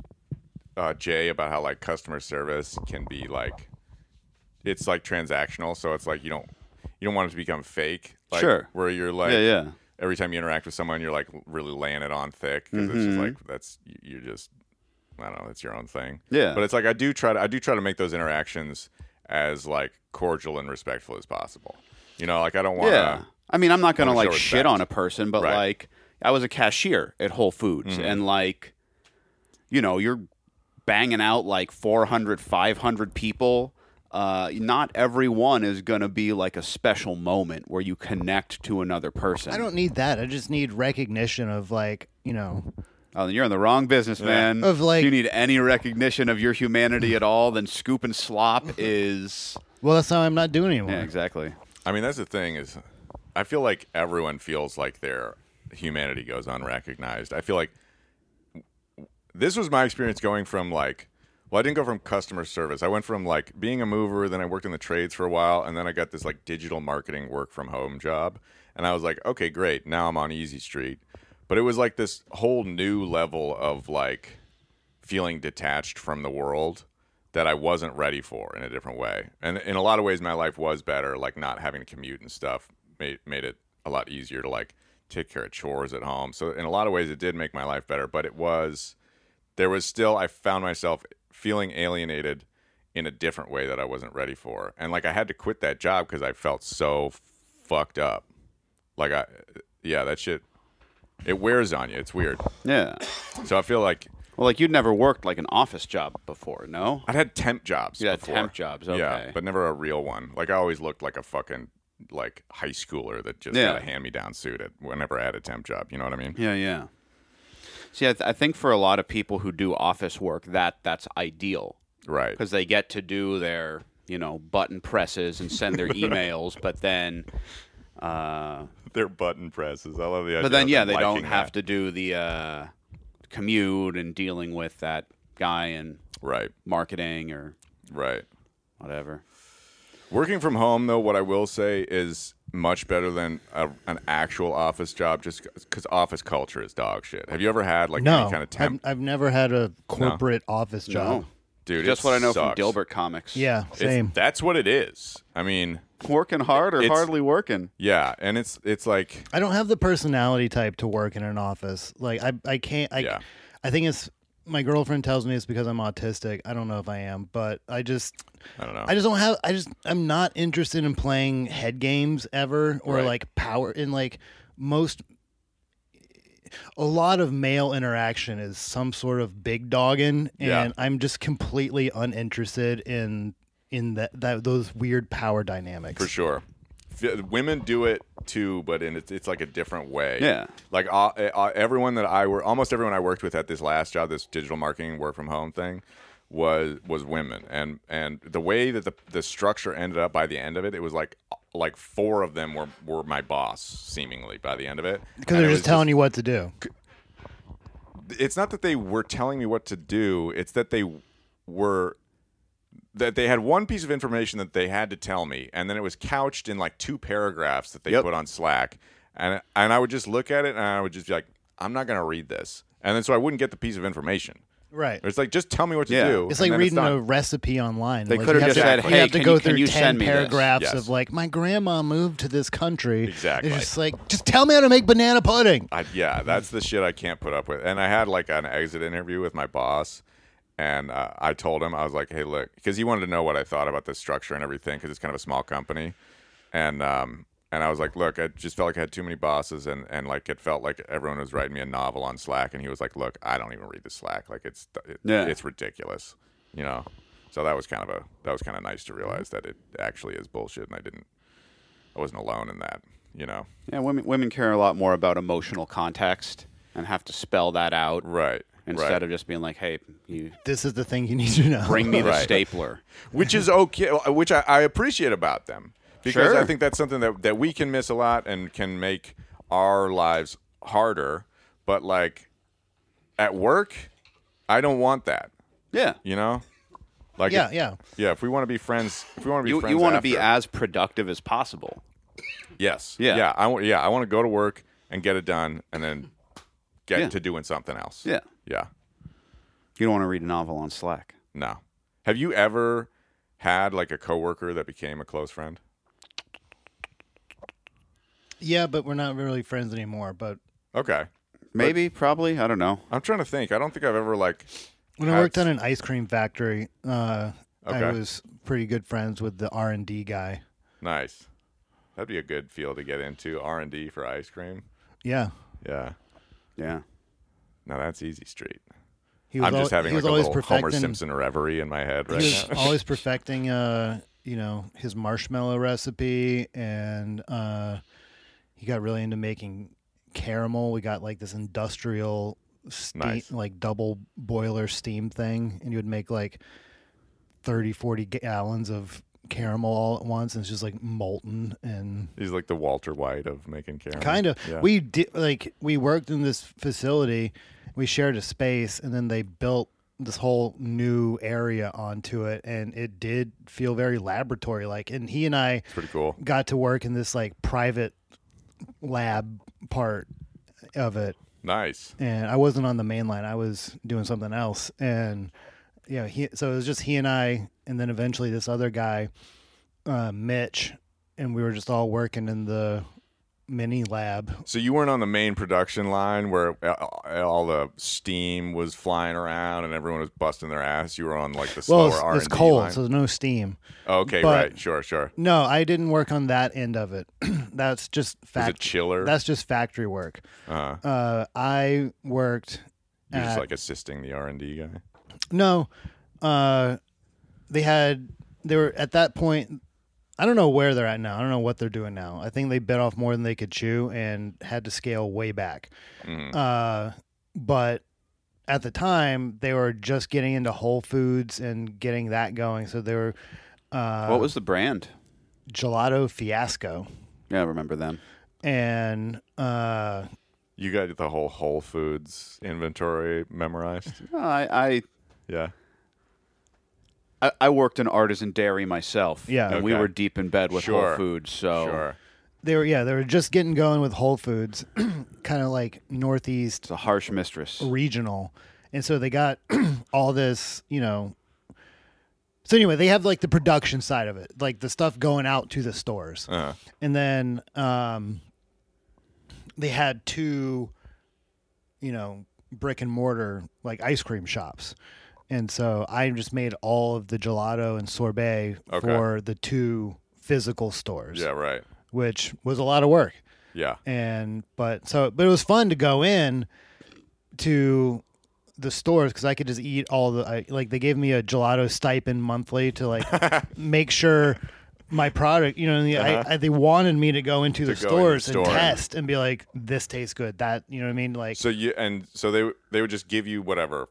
S3: uh, Jay about how like customer service can be like it's like transactional, so it's like you don't you don't want it to become fake. Like,
S2: Sure.
S3: Where you're like,
S2: Yeah, yeah.
S3: Every time you interact with someone, you're like really laying it on thick because it's
S2: Mm-hmm.
S3: just like that's you're just I don't know, that's your own thing.
S2: Yeah.
S3: But it's like I do try to I do try to make those interactions as like cordial and respectful as possible. You know, like I don't want to.
S2: Yeah. I mean, I'm not going to
S3: wanna
S2: like
S3: show
S2: shit
S3: respect.
S2: on a person, but
S3: Right. Mm-hmm.
S2: like I was a cashier at Whole Foods and like you know, you're banging out like 400, 500 people. Uh, not everyone is going to be like a special moment where you connect to another person.
S1: I don't need that. I just need recognition of like, you know,
S2: Oh, then you're in the wrong business, man.
S1: Of, like-
S2: if you need any recognition of your humanity at all, then scoop and
S3: [laughs]
S2: slop is
S1: well, that's how I'm not doing anymore.
S2: yeah, exactly.
S3: I mean, that's the thing is, I feel like everyone feels like their humanity goes unrecognized. I feel like this was my experience going from like, well, I didn't go from customer service. I went from like being a mover, then I worked in the trades for a while, and then I got this like digital marketing work from home job, and I was like, okay, great, now I'm on Easy Street. But it was like this whole new level of like feeling detached from the world that I wasn't ready for in a different way. And in a lot of ways, my life was better. Like not having to commute and stuff made made it a lot easier to like take care of chores at home. So in a lot of ways, it did make my life better. But it was there was still I found myself feeling alienated in a different way that I wasn't ready for. And like I had to quit that job because I felt so fucked up. Like I yeah, that shit it wears on you. It's weird.
S2: Yeah.
S3: So I feel like
S2: Well, like you'd never worked like an office job before, no?
S3: I'd had temp jobs.
S2: You had
S3: before.
S2: temp jobs, okay.
S3: Yeah, but never a real one. Like I always looked like a fucking like high schooler that just
S2: Yeah.
S3: got a hand-me-down suit at whenever I had a temp job. You know what I mean?
S2: Yeah, yeah. See, I, th- I think for a lot of people who do office work, that that's ideal
S3: Right.
S2: because they get to do their you know button presses and
S3: [laughs]
S2: send their emails, but then. Uh,
S3: They're button presses. I love the idea.
S2: but then
S3: of
S2: yeah
S3: them
S2: they don't
S3: liking
S2: have
S3: that.
S2: to do the uh, commute and dealing with that guy in
S3: Right.
S2: marketing or
S3: Right.
S2: whatever
S3: Working from home, though, what I will say is much better than a, an actual office job, just because office culture is dog shit. Have you ever had like
S1: No,
S3: any kind of temp?
S1: I've, I've never had a corporate office job.
S2: no
S3: Dude,
S2: Oh, just
S3: it
S2: what i know
S3: sucks.
S2: from dilbert comics
S1: Yeah,
S3: It's-
S1: same.
S3: that's what it is. I mean,
S2: working hard or
S3: It's-
S2: hardly working
S3: yeah, and it's it's like
S1: I don't have the personality type to work in an office. Like I, I can't. I,
S3: Yeah.
S1: I think it's my girlfriend tells me it's because I'm autistic. I don't know if I am, but I just,
S3: I don't know.
S1: I just don't have. I just, I'm not interested in playing head games ever or
S3: Right.
S1: like power in like most. A lot of male interaction is some sort of big dogging, and
S3: Yeah.
S1: I'm just completely uninterested in in that, that those weird power dynamics.
S3: For sure. F- women do it too, but in it's, it's like a different way.
S2: Yeah.
S3: Like uh, uh, everyone that I were almost everyone I worked with at this last job, this digital marketing work from home thing, was was women, and and the way that the the structure ended up by the end of it, it was like like four of them were were my boss seemingly by the end of it
S1: Because they're just telling you what to do.
S3: it's not that they were telling me what to do it's that they were that they had one piece of information that they had to tell me and then it was couched in like two paragraphs that they
S2: Yep.
S3: put on slack and and i would just look at it and i would just be like i'm not going to read this and then so i wouldn't get the piece of information
S1: Right.
S3: it's like just tell me what to
S2: Yeah.
S3: do
S1: It's
S3: and
S1: like
S3: then
S1: reading
S3: done.
S1: a recipe online. They
S2: could've just
S3: said,
S1: you
S2: "Hey,
S1: have to
S2: can
S1: go
S2: you- can
S1: through
S2: you
S1: ten
S2: send me this?"
S1: paragraphs
S3: Yes.
S1: of like, my grandma moved to this country.
S3: Exactly.
S1: It's just like, just tell me how to make banana pudding.
S3: I, yeah, that's the shit I can't put up with. And I had like an exit interview with my boss, and uh, I told him I was like, "Hey, look," because he wanted to know what I thought about the structure and everything, because it's kind of a small company, and um, and I was like, "Look, I just felt like I had too many bosses, and and like it felt like everyone was writing me a novel on Slack." And he was like, "Look, I don't even read the Slack. Like it's it,
S2: Yeah.
S3: it's ridiculous, you know." So that was kind of a that was kind of nice to realize that it actually is bullshit, and I didn't, I wasn't alone in that, you know.
S2: yeah women women care a lot more about emotional context and have to spell that out
S3: Right.
S2: instead
S3: right.
S2: of just being like hey you
S1: This is the thing you need to know.
S2: bring [laughs] me the
S3: Right.
S2: stapler
S3: which is okay, which I, I appreciate about them because
S2: Sure.
S3: I think that's something that, that we can miss a lot and can make our lives harder. But like at work, I don't want that.
S2: yeah
S3: You know, like
S1: [laughs] yeah,
S3: if,
S1: yeah.
S3: yeah. If we want to be friends, if we want to be
S2: you,
S3: friends,
S2: you want to be
S3: after-
S2: as productive as possible
S3: yes,
S2: Yeah.
S3: yeah. I want yeah. I want to go to work and get it done, and then get
S2: Yeah.
S3: to doing something else.
S2: yeah
S3: yeah.
S2: you don't want to read a novel on slack
S3: No. Have you ever had like a coworker that became a close friend?
S1: Yeah, but we're not really friends anymore. But
S3: Okay.
S2: Maybe, probably, I don't know.
S3: I'm trying to think. I don't think I've ever like
S1: when I
S3: Hats.
S1: worked on an ice cream factory, uh, I
S3: Okay.
S1: was pretty good friends with the R and D guy.
S3: nice. That'd be a good field to get into R and D for ice cream.
S1: Yeah,
S3: Yeah.
S2: Yeah.
S3: Now that's easy street.
S1: he
S3: I'm just
S1: al-
S3: having
S1: he
S3: like
S1: was
S3: a
S1: always
S3: little Homer
S1: perfecting-
S3: Simpson reverie in my head
S1: He
S3: right
S1: was
S3: [laughs] now.
S1: always perfecting, uh, you know, his marshmallow recipe, and uh, he got really into making caramel. We got like this industrial steam,
S3: Nice.
S1: like double boiler steam thing, and you would make like 30, 40 gallons of caramel all at once, and it's just like molten and
S3: He's like the Walter White of making caramel.
S1: kind of
S3: Yeah.
S1: we did like we worked in this facility we shared a space and then they built this whole new area onto it and it did feel very laboratory like and he and i
S3: Pretty cool.
S1: got to work in this like private lab part of it
S3: Nice.
S1: and i wasn't on the main line i was doing something else and you know he so it was just he and i and then eventually this other guy uh, mitch and we were just all working in the mini lab
S3: So you weren't on the main production line where uh, all the steam was flying around and everyone was busting their ass. You were on like the
S1: Well,
S3: slower
S1: it's,
S3: R
S1: it's
S3: and D
S1: cold,
S3: line.
S1: so there's no steam.
S3: okay,
S1: but-
S3: right, sure, sure.
S1: No, I didn't work on that end of it. [clears throat] that's just
S3: Was
S1: fact.
S3: it chiller?
S1: That's just factory work.
S3: uh,
S1: Uh, I worked.
S3: you're just
S1: at-
S3: like assisting the R and D guy.
S1: No, uh, they had. They were at that point. I don't know where they're at now. I don't know what they're doing now. I think they bit off more than they could chew and had to scale way back.
S3: Mhm.
S1: Uh, but at the time, they were just getting into Whole Foods and getting that going. So they were. Uh,
S2: what was the brand?
S1: Gelato Fiasco,
S2: Yeah, I remember them.
S1: and uh,
S3: You got the whole Whole Foods inventory
S1: [laughs]
S3: memorized.
S2: Uh, I
S3: Yeah.
S2: I, I, I worked in artisan dairy myself.
S1: Yeah.
S2: And we
S3: Okay.
S2: were deep in bed with
S3: Sure.
S2: Whole Foods.
S1: Oh.
S2: So
S3: Sure.
S1: they were yeah they were just getting going with Whole Foods, [clears throat] kind of like
S2: it's
S1: northeast
S2: a harsh mistress.
S1: regional, and so they got [clears throat] all this you know. So anyway, they have like the production side of it, like the stuff going out to the stores,
S3: Uh,
S1: and then um, they had two, you know, brick and mortar like ice cream shops. And so I just made all of the gelato and sorbet
S3: Okay.
S1: for the two physical stores,
S3: yeah. Right.
S1: which was a lot of work.
S3: Yeah.
S1: And but so but it was fun to go in to the stores because I could just eat all the I, like they gave me a gelato stipend monthly to [laughs] like make sure my product you know and the- I, I, they wanted me Uh-huh. to go into the
S3: go into the
S1: stores
S3: store.
S1: and test and be like this tastes good that you know what I mean like
S3: So you and so they they would just give you whatever,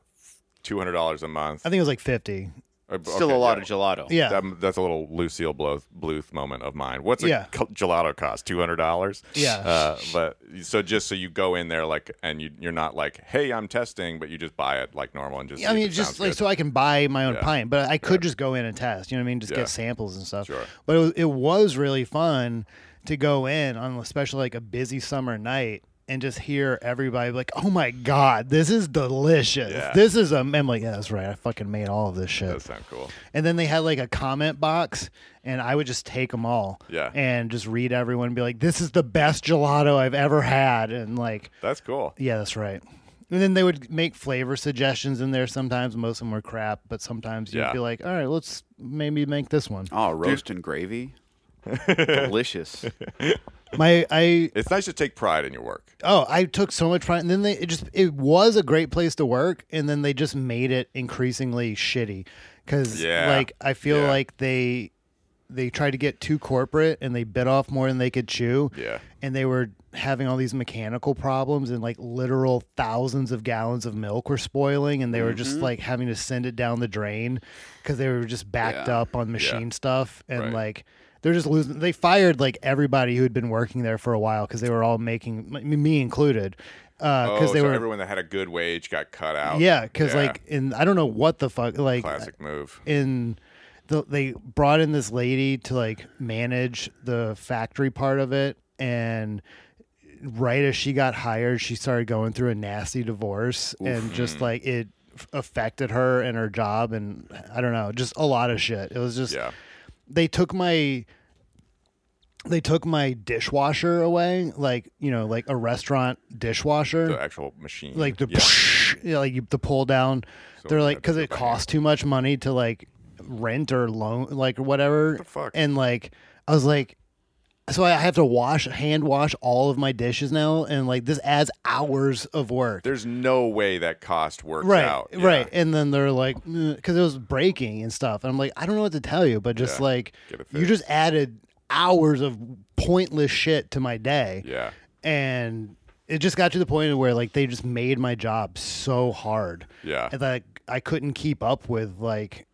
S3: two hundred dollars a month.
S1: I think it was like fifty
S3: Uh,
S2: Still
S3: okay,
S2: a lot
S3: yeah.
S2: of gelato.
S1: yeah
S3: That- that's a little Lucille Bluth, Bluth moment of mine. What's a
S1: Yeah.
S3: co- gelato cost? Two hundred dollars.
S1: Yeah.
S3: Uh, but so just so you go in there like, and you you're not like, hey, I'm testing, but you just buy it like normal and just.
S1: I
S3: see if
S1: mean,
S3: it
S1: it's just
S3: sounds
S1: like
S3: good.
S1: so I can buy my own
S3: Yeah.
S1: pint, but I could just go in and test. You know what I mean? Just
S3: Yeah.
S1: get samples and stuff.
S3: Sure.
S1: But it was, it was really fun to go in on especially like a busy summer night and just hear everybody like, "Oh my god, this is delicious!
S3: Yeah.
S1: This is a." I'm like, "Yeah, that's right. I fucking made all of this shit."
S3: That sounds cool.
S1: And then they had like a comment box, and I would just take them all.
S3: Yeah.
S1: And just read everyone, and be like, "This is the best gelato I've ever had," and like.
S3: That's cool.
S1: Yeah, that's right. And then they would make flavor suggestions in there sometimes. Most of them were crap, but sometimes you'd
S3: Yeah.
S1: be like, all right, let's maybe make this one.
S2: Oh, roast and [laughs] gravy. Delicious.
S1: My I
S3: It's nice to take pride in your work.
S1: oh, I took so much pride and then they it just it was a great place to work and then they just made it increasingly shitty cuz
S3: Yeah.
S1: like I feel
S3: Yeah.
S1: like they they tried to get too corporate and they bit off more than they could chew.
S3: Yeah.
S1: And they were having all these mechanical problems and like literal thousands of gallons of milk were spoiling and they were
S3: Mm-hmm.
S1: just like having to send it down the drain because they were just backed
S2: Yeah.
S1: up on machine stuff and
S3: Right.
S1: like they're just losing they fired like everybody who had been working there for a while because they were all making m- me included
S3: Oh,
S1: because they
S3: so
S1: were
S3: everyone that had a good wage got cut out.
S1: yeah because
S3: Yeah.
S1: like in i don't know what the fuck like
S3: classic move.
S1: in the, they brought in this lady to like manage the factory part of it and right as she got hired she started going through a nasty divorce and just like it f- affected her and her job and i don't know just a lot of shit it was just
S3: Yeah.
S1: they took my they took my dishwasher away, like you know, like a restaurant dishwasher,
S3: The actual machine.
S1: like the [laughs]
S3: yeah.
S1: you know, like you, the pull down.
S3: So
S1: They're
S3: we
S1: like
S3: had to
S1: because
S3: go
S1: it
S3: by hand.
S1: costs too much money to like rent or loan, like or whatever.
S3: fuck?
S1: And like I was like, so I have to wash, hand wash all of my dishes now, and like this adds hours of work.
S3: There's no way that cost works
S1: Right,
S3: out. Yeah.
S1: right, and then they're like, because it was breaking and stuff, and I'm like, I don't know what to tell you, but just
S3: Yeah,
S1: like,
S3: get it
S1: you just added hours of pointless shit to my day,
S3: Yeah.
S1: and it just got to the point where like they just made my job so hard
S3: Yeah.
S1: and, like i couldn't keep up with like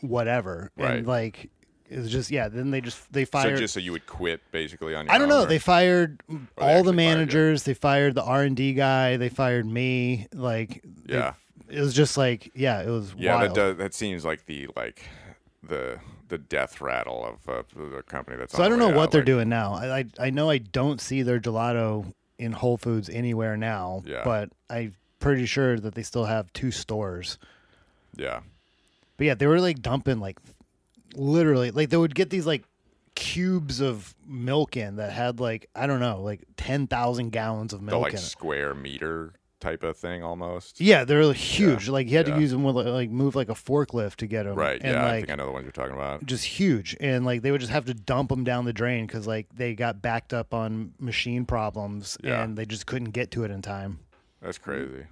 S1: whatever
S3: Right.
S1: and like it was just yeah then they just they
S3: So
S1: fired
S3: just so you would quit basically on your
S1: i don't
S3: own,
S1: know
S3: or-
S1: they fired all the
S3: actually fired you.
S1: managers they fired the r&d guy they fired me like they-
S3: Yeah.
S1: it was just like yeah it was
S3: yeah,
S1: wild.
S3: that does, that seems like the like the the death rattle of uh, the company that's.
S1: so
S3: on
S1: i
S3: the
S1: don't know
S3: way
S1: what
S3: out,
S1: they're
S3: like-
S1: doing now I, I i know i don't see their gelato in whole foods anywhere now
S3: Yeah.
S1: but i'm pretty sure that they still have two stores
S3: Yeah,
S1: But yeah, they were like dumping like literally like they would get these like cubes of milk in that had like I don't know like ten thousand gallons of
S3: the
S1: milk
S3: like
S1: in it.
S3: square meter type of thing almost.
S1: Yeah, they were huge. like you had
S3: yeah.
S1: to use them with like, like move like a forklift to get them.
S3: Right.
S1: And
S3: yeah, I
S1: like
S3: think I know the ones you're talking about.
S1: just huge, and like they would just have to dump them down the drain because like they got backed up on machine problems
S3: Yeah.
S1: and they just couldn't get to it in time.
S3: That's crazy.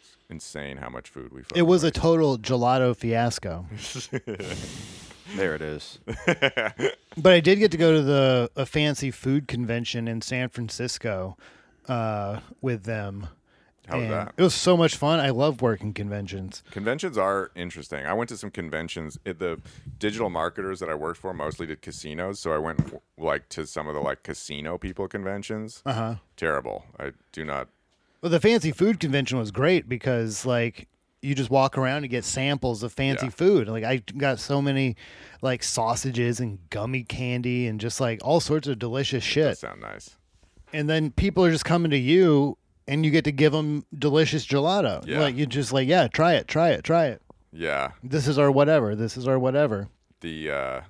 S3: It's insane how much food we.
S1: It was a total gelato fiasco.
S2: There
S1: [laughs]
S2: it is.
S1: But I did get to go to the a fancy food convention in San Francisco uh, with them.
S3: How was
S1: And
S3: that?
S1: It was so much fun. I love working conventions.
S3: Conventions are interesting. I went to some conventions. It, the digital marketers that I worked for mostly did casinos, so I went like to some of the like casino people conventions. Uh
S1: Uh-huh.
S3: huh. Terrible. I do not.
S1: Well, the fancy food convention was great because like you just walk around and get samples of fancy
S3: Yeah.
S1: food. Like I got so many like sausages and gummy candy and just like all sorts of delicious shit.
S3: Sound nice.
S1: And then people are just coming to you and you get to give them delicious gelato.
S3: Yeah.
S1: Like you just like yeah, try it, try it, try it.
S3: Yeah.
S1: This is our whatever. This is our whatever.
S3: The uh,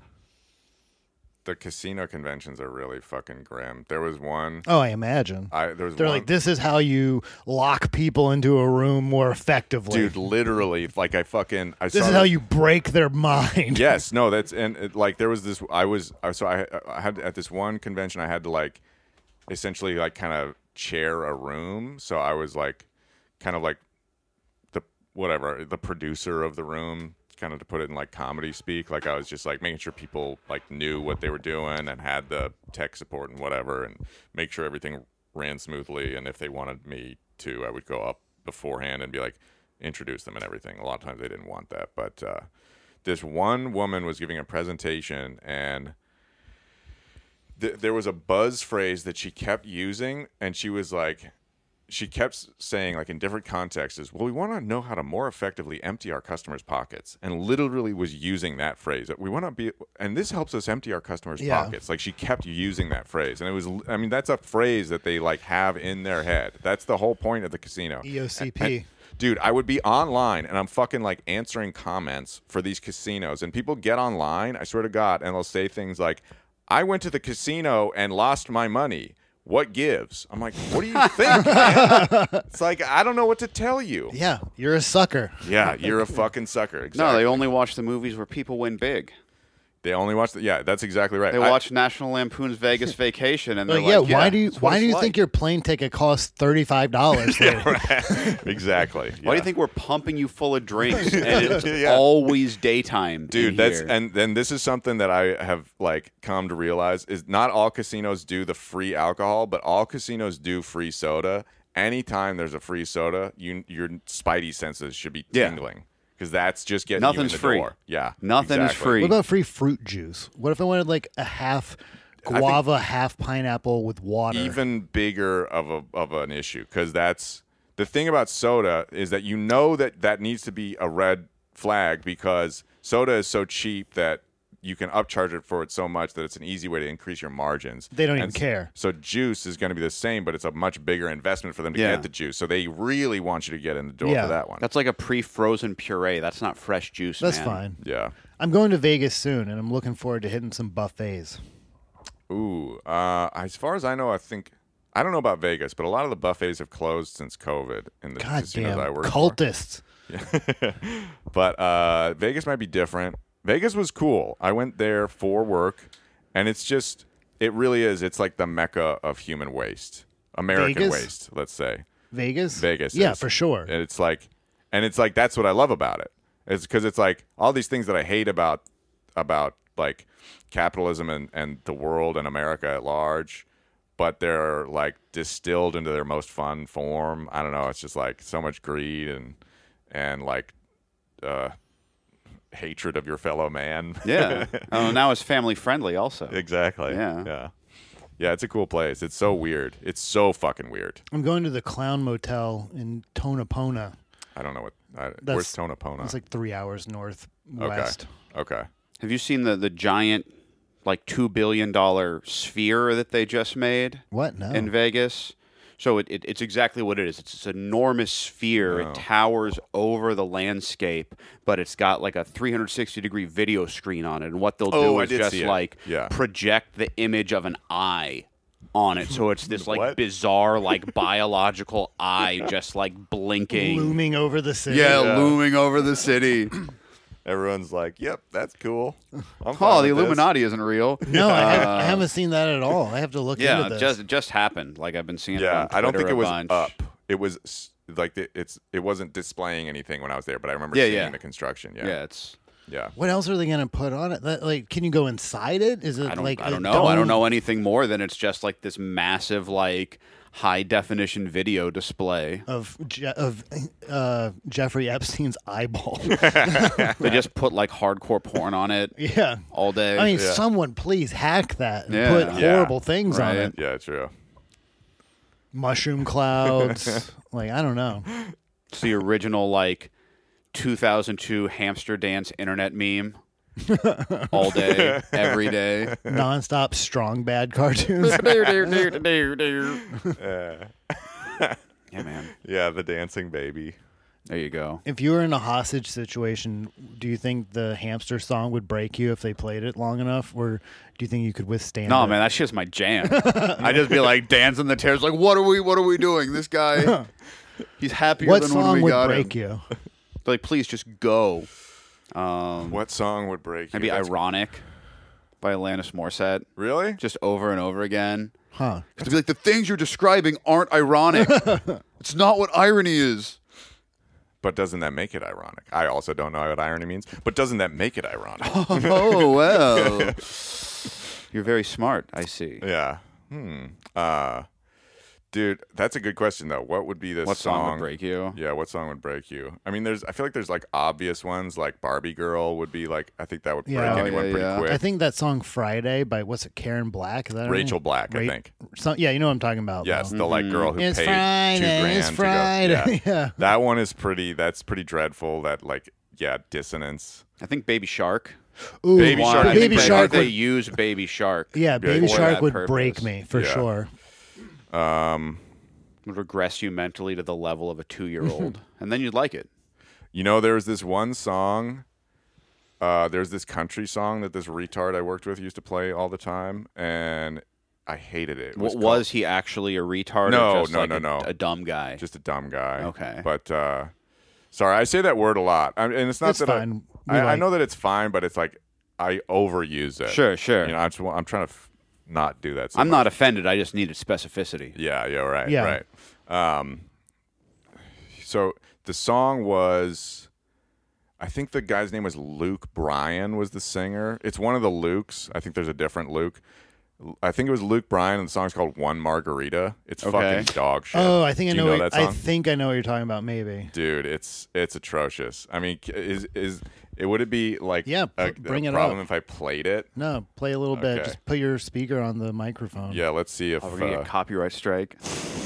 S3: the casino conventions are really fucking grim. There was one.
S1: Oh, I imagine.
S3: I there was
S1: They're
S3: one.
S1: like, this is how you lock people into a room more effectively.
S3: dude. Literally, like I fucking. I
S1: this
S3: saw
S1: is how you break their mind.
S3: [laughs] yes no that's and it, like there was this i was I- so i uh, i had at this one convention i had to like essentially like kind of chair a room so i was like kind of like the whatever the producer of the room kind of to put it in like comedy speak like i was just like making sure people like knew what they were doing and had the tech support and whatever and make sure everything ran smoothly and if they wanted me to i would go up beforehand and be like introduce them and everything a lot of times they didn't want that but uh this one woman was giving a presentation and th- there was a buzz phrase that she kept using and she was like she kept s- saying like in different contexts is well we want to know how to more effectively empty our customers pockets and literally was using that phrase that we want to be and this helps us empty our customers
S1: Yeah.
S3: pockets like she kept using that phrase and it was l- i mean that's a phrase that they like have in their head that's the whole point of the casino
S1: [laughs] EOCP.
S3: and- dude, I would be online and I'm fucking like answering comments for these casinos, and people get online. I swear to God, and they'll say things like, "I went to the casino and lost my money." What gives? I'm like, what
S2: [laughs]
S3: do you think? man? It's like I don't know what to tell you.
S1: yeah, you're a sucker.
S3: Yeah, you're a fucking sucker.
S2: No,
S3: Exactly.
S2: they only watch the movies where people win big.
S3: they, only watch. The, yeah, that's exactly right.
S2: They
S3: [laughs] I-
S2: watch National Lampoon's Vegas Vacation, and they're
S1: Like,
S2: like,
S1: Oh, yeah, why do you
S2: that's what
S1: why do
S2: it's
S1: you
S2: like.
S1: think your plane ticket costs thirty five
S3: [laughs]
S1: dollars?
S3: exactly.
S2: Why do you
S3: yeah.
S2: think we're pumping you full of
S1: [laughs]
S2: drinks and it's
S3: Yeah.
S2: [laughs] always daytime,
S3: dude
S2: in
S3: that's
S2: here?
S3: and then this is something that i have like come to realize is not all casinos do the free alcohol but all casinos do free soda anytime there's a free soda you your spidey senses should be
S2: Yeah.
S3: tingling because that's just getting you in
S2: Nothing's
S3: the
S2: free.
S3: door. yeah
S2: Nothing is
S3: exactly.
S2: free.
S1: what about free fruit juice? What if I wanted like a half guava, half pineapple with water?
S3: even bigger of a of an issue because that's the thing about soda is that you know that that needs to be a red flag because soda is so cheap that you can upcharge it for it so much that it's an easy way to increase your margins.
S1: They don't
S3: And
S1: even
S3: s-
S1: care.
S3: So juice is going to be the same, but it's a much bigger investment for them to
S2: Yeah.
S3: get the juice. So they really want you to get in the door
S1: Yeah.
S3: for that one.
S2: That's like a pre-frozen puree. That's not fresh juice.
S1: That's
S2: man.
S1: fine.
S3: yeah.
S1: I'm going to Vegas soon, and I'm looking forward to hitting some buffets.
S3: Ooh, uh, as far as I know, I think I don't know about Vegas, but a lot of the buffets have closed since COVID in the casinos
S1: Goddamn
S3: I work for.
S1: cultists.
S3: But uh, Vegas might be different. Vegas was cool. I went there for work, and it's just it really is. It's like the mecca of human waste, American
S1: Vegas?
S3: waste, let's say.
S1: Vegas.
S3: Vegas.
S1: Yeah,
S3: is.
S1: for sure.
S3: And it's like, and it's like that's what I love about it. It's because it's like all these things that I hate about about like capitalism and and the world and America at large, but they're like distilled into their most fun form. I don't know. It's just like so much greed and and like uh, hatred of your fellow man.
S1: [laughs]
S2: Yeah. oh, now it's family friendly also.
S3: [laughs] exactly.
S2: Yeah.
S3: Yeah. Yeah, it's a cool place. It's so weird. It's so fucking weird.
S1: I'm going to the Clown Motel in Tonopona.
S3: I don't know what. I,
S1: That's-
S3: where's Tonopona?
S1: It's like three hours northwest.
S3: Okay. Okay.
S2: Have you seen the the giant like 2 billion dollar sphere that they just made?
S1: What? No.
S3: Oh.
S2: in Vegas. So it, it, it's exactly what it is. It's this enormous sphere.
S3: Oh.
S2: It towers over the landscape, but it's got like a 360 degree video screen on it. And what they'll
S3: Oh,
S2: do
S3: I
S2: is
S3: did
S2: just
S3: see it.
S2: like
S3: Yeah.
S2: project the image of an eye on it. So it's
S3: [laughs]
S2: this like
S3: What?
S2: bizarre,
S3: [laughs]
S2: like biological eye just like blinking.
S1: Looming over the city.
S2: Yeah, looming over the
S3: [clears throat]
S2: city.
S3: Everyone's like, "Yep, that's cool." I'm
S2: oh, [laughs]
S3: fine
S2: the
S3: with this.
S2: Illuminati isn't real.
S1: No, I, haven't, I haven't seen that at all. I have to look
S2: Yeah,
S1: into
S2: it
S1: this.
S2: just it just happened. Like I've been seeing. it
S3: Yeah,
S2: on
S3: I don't
S2: Twitter
S3: think
S2: a
S3: it was
S2: bunch.
S3: up. It was s- like the, it's it wasn't displaying anything when I was there, but I remember
S2: Yeah,
S3: seeing
S2: yeah.
S3: the construction. Yeah,
S2: Yeah,
S3: yeah,
S2: it's.
S1: what else are they going to put on it? That- Like, can you go inside it? Is it
S2: I don't,
S1: like
S2: I
S1: a
S2: don't know. I don't
S1: dome?
S2: know anything more than it's just like this massive, like high definition
S1: [laughs]
S2: video display.
S1: of Je- of uh, Jeffrey Epstein's
S2: [laughs]
S1: eyeball. [laughs]
S2: They just put like hardcore porn on it
S1: yeah.
S2: all day.
S1: I mean, someone please hack that and
S2: Yeah.
S1: put
S3: Yeah.
S1: horrible things on
S2: Right.
S1: it.
S3: True.
S1: Mushroom
S2: [laughs]
S1: clouds. like, I don't know.
S2: it's the original like 2002 hamster dance internet
S1: [laughs]
S2: meme. all day, every day.
S1: Nonstop strong
S2: [laughs]
S1: bad cartoons.
S2: yeah, man.
S3: Yeah, the dancing baby.
S2: There you go.
S1: if you were in a hostage situation, do you think the hamster song would break you if they played it long enough? Or do you think you could withstand
S2: No,
S1: it?
S2: man, that shit's my jam. I just be like dancing the tears, like, what are we, what are we doing? This
S1: [laughs]
S2: guy, he's happier
S1: What
S2: than when
S1: song
S2: we
S1: would
S2: got him.
S1: break you?
S2: like please just go. Um,
S3: What song would break?
S2: that'd be
S3: you? That's-
S2: ironic by Alanis Morissette,
S3: Really?
S2: just over and over again.
S3: [laughs]
S1: Huh.
S2: To be like the things you're describing aren't ironic. it's not what irony is.
S3: But doesn't that make it ironic? I also don't know what irony means. But doesn't that make it
S2: [laughs]
S3: ironic?
S2: Oh well, you're very smart. I see.
S3: yeah. Hmm. Uh, dude, that's a good question though. What would be this
S2: What
S3: song?
S2: song would break you?
S3: Yeah, what song would break you? I mean, there's. I feel like there's like obvious ones, like Barbie Girl would be like. I think that would break
S1: Yeah. Oh,
S3: anyone
S2: yeah,
S3: pretty
S2: yeah.
S3: quick.
S1: I think that song Friday by, what's it, Karen Black? Is that her
S3: Rachel
S1: name?
S3: Black, I
S1: Ra-
S3: think.
S1: Some, yeah, you know what I'm talking about.
S3: Yes,
S1: though.
S3: the like girl who
S1: It's
S3: paid two
S1: Friday,
S3: grand
S1: it's
S3: to
S1: Friday, [laughs]
S3: go.
S1: yeah.
S3: that one is pretty. That's pretty dreadful. That like yeah dissonance.
S2: I think Baby Shark.
S1: Ooh,
S3: Baby
S2: Why?
S3: Shark
S2: I
S3: would
S1: Baby
S2: think they-
S1: Shark
S2: They
S1: would,
S2: use Baby Shark.
S1: yeah, Baby
S2: for
S1: Shark
S2: that
S1: would
S2: purpose.
S1: break me for
S3: Yeah.
S1: sure.
S2: Would regress you mentally to the level of a
S3: [laughs]
S2: two-year-old, and then you'd like it.
S3: You know, there's this one song. Uh, there's this country song that this retard I worked with used to play all the time, and I hated it. it
S2: Was,
S3: called-
S2: was he actually a retard?
S3: No,
S2: or just
S3: no,
S2: like
S3: no,
S2: a,
S3: no.
S2: A dumb guy.
S3: just a dumb guy.
S2: Okay.
S3: but uh, sorry, I say that word a lot, I, and it's not
S1: It's
S3: that
S1: fine.
S3: I,
S1: We
S3: I, I
S1: like-
S3: know that it's fine, but it's like I overuse it.
S2: sure, sure.
S3: You know, I'm, just, I'm trying to f- not do that. So
S2: I'm
S3: much.
S2: not offended. I just needed specificity.
S3: Yeah, yeah, right,
S1: Yeah.
S3: right. Um, so the song was, I think the guy's name was Luke Bryan was the singer. It's one of the Lukes. I think there's a different Luke. I think it was Luke Bryan, and the song's called "One Margarita." It's
S2: Okay.
S3: fucking dog shit.
S1: Oh, I think I
S3: Do
S1: know.
S3: you know
S1: what,
S3: that
S1: I
S3: song?
S1: think I know what you're talking about. Maybe.
S3: Dude, it's it's atrocious. I mean, c- is is it would it be like
S1: Yeah, p-
S3: a,
S1: bring
S3: a
S1: it
S3: problem
S1: up.
S3: if I played it?
S1: No, play a little bit.
S3: Okay.
S1: Just put your speaker on the microphone.
S3: Yeah, let's see if
S2: Are we gonna
S3: uh,
S2: get copyright strike?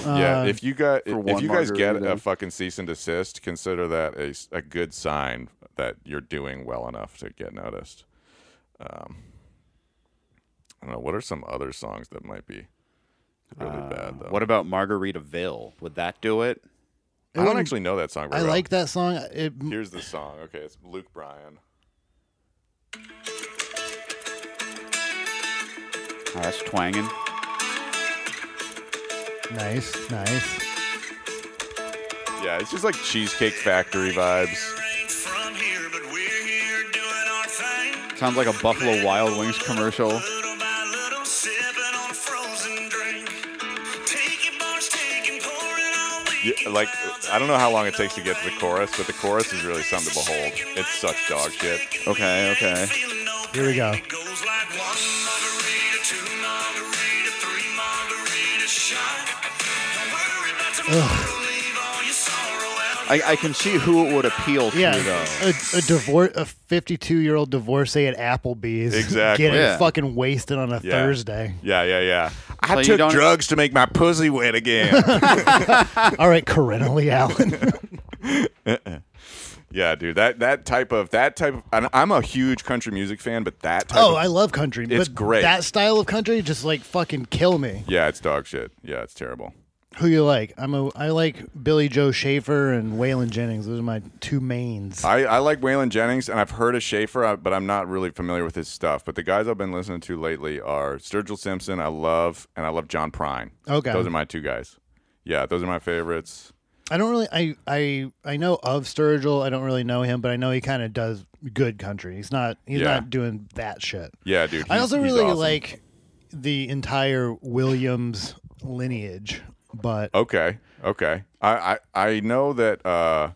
S3: Yeah,
S1: Um, Uh,
S3: if you got
S2: for
S3: if
S2: one
S3: you guys get a
S2: margarita.
S3: fucking cease and desist, consider that a, s- a good sign that you're doing well enough to get noticed. Um, I don't know what are some other songs that might be really bad though.
S2: What about Margaritaville? Would that do it?
S3: I don't actually know that song.
S1: I
S3: Very well.
S1: like that song. It,
S3: Here's the song. Okay, it's Luke Bryan.
S2: Oh, that's twanging.
S1: Nice, nice.
S3: Yeah, it's just like Cheesecake Factory vibes.
S4: From here, but we're here doing our thing.
S2: Sounds like a Buffalo Wild Wings commercial.
S4: Little by little, sipping on a frozen drink. Taking bars, taking, pouring all week.
S3: Yeah, like, I don't know how long it takes to get to the chorus, but the chorus is really something to behold. It's such dog shit.
S2: Okay, okay.
S4: Feeling no
S1: Here we go.
S4: pain. It goes like one margarita, two margarita, three margarita shot. Don't worry about tomorrow, leave all your sorrow out.
S2: I, I can see who it would appeal to,
S1: Yeah,
S2: though.
S1: a, a divorce, a fifty-two-year-old divorcee at Applebee's,
S3: Exactly.
S1: getting
S2: Yeah.
S1: fucking wasted on a
S3: Yeah.
S1: Thursday. [laughs]
S3: Yeah, yeah, yeah. I
S2: So you
S3: took
S2: don't-
S3: drugs to make my pussy
S1: [laughs]
S3: wet again.
S1: All right, Corinna Lee Allen.
S3: [laughs] yeah, dude. That that type of that type of. And I'm a huge country music fan, but that type.
S1: oh,
S3: of,
S1: I love country.
S3: It's
S1: but
S3: great.
S1: That style of country just like fucking kill me.
S3: yeah, it's dog shit. Yeah, it's terrible.
S1: Who you like? I'm a I like Billy Joe Schaefer and Waylon Jennings. Those are my two mains.
S3: I, I like Waylon Jennings, and I've heard of Schaefer, uh, but I'm not really familiar with his stuff. But the guys I've been listening to lately are Sturgill Simpson, I love, and I love John Prine.
S1: Okay.
S3: Those are my two guys. Yeah, those are my favorites.
S1: I don't really I I I know of Sturgill. I don't really know him, but I know he kind of does good country. He's not he's
S3: Yeah.
S1: not doing that shit.
S3: Yeah, dude.
S1: I
S3: he's-
S1: also
S3: he's
S1: really
S3: awesome.
S1: like the entire Williams lineage, but
S3: Okay, okay. I, I, I know that uh,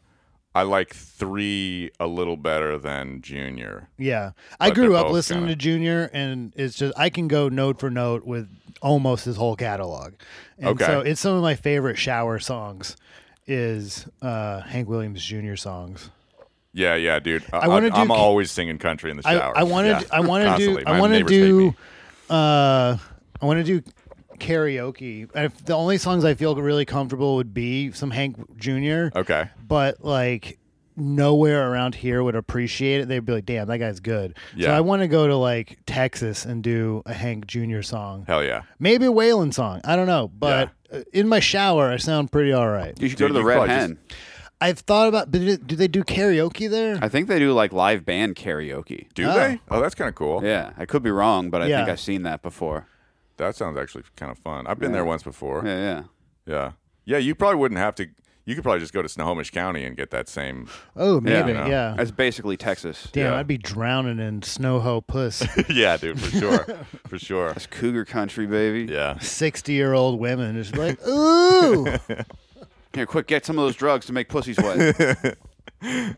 S3: I like three a little better than Junior.
S1: yeah, I
S3: But they're
S1: grew up
S3: both
S1: listening
S3: kinda-
S1: to Junior, and it's just I can go note for note with almost his whole catalog. And
S3: Okay.
S1: so it's some of my favorite shower songs is uh, Hank Williams Jr. songs.
S3: Yeah, yeah, dude. I,
S1: I wanna
S3: I- I'm
S1: do-
S3: always singing country in the
S1: I,
S3: shower.
S1: I want
S3: Yeah,
S1: to I want to do
S3: constantly.
S1: I
S3: My
S1: want to
S3: neighbors hate
S1: do
S3: me.
S1: uh I want to do karaoke. And If the only songs I feel really comfortable would be some Hank Jr.
S3: Okay.
S1: but like nowhere around here would appreciate it. They'd be like, "Damn, that guy's good." So
S3: Yeah.
S1: I want to go to like Texas and do a Hank Jr. song,
S3: Hell yeah.
S1: maybe a Waylon song. I don't know, but uh in my shower, I sound pretty all right.
S2: You should
S3: Dude,
S2: go to the
S3: you
S2: Red
S3: probably
S2: Hen.
S1: I've thought about, but do do they do karaoke there?
S2: I think they do like live band karaoke.
S3: Do
S1: Oh.
S3: they? Oh, that's kind of cool.
S2: Yeah, I could be wrong, but I think
S1: Yeah.
S2: I've seen that before.
S3: That sounds actually kind of fun. I've been there once before.
S2: Yeah, yeah.
S3: Yeah. Yeah, you probably wouldn't have to. You could probably just go to Snohomish County and get that same. [laughs]
S1: oh,
S2: Yeah,
S1: maybe,
S2: I
S1: yeah.
S3: know.
S2: That's basically Texas.
S1: Damn,
S3: yeah.
S1: I'd be drowning in snow ho
S2: [laughs]
S1: puss.
S3: yeah, dude, for
S1: [laughs]
S3: sure. for sure.
S2: That's cougar country, baby.
S3: Yeah.
S1: Sixty year old women just be
S2: [laughs]
S1: like, ooh,
S2: Here, quick, get some of those drugs to make
S1: [laughs]
S2: pussies wet.
S3: Do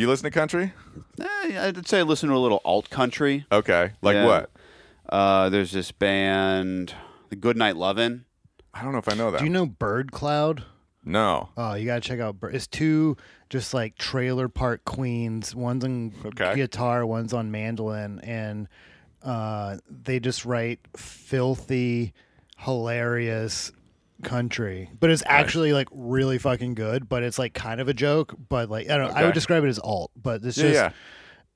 S3: you listen to country?
S2: Eh, I'd say listen to a little alt country.
S3: Okay. Like
S2: Yeah.
S3: what?
S2: Uh, there's this band, the Goodnight Lovin'.
S3: I don't know if I know that.
S1: do you know Bird Cloud?
S3: no.
S1: Oh, you gotta check out. Bur- It's two just like trailer park queens. One's on
S3: Okay.
S1: guitar, one's on mandolin, and uh, they just write filthy, hilarious country. But it's actually like really fucking good. But it's like kind of a joke. But like I don't. know. I
S3: Okay.
S1: would describe it as alt. But it's
S3: Yeah,
S1: just
S3: yeah.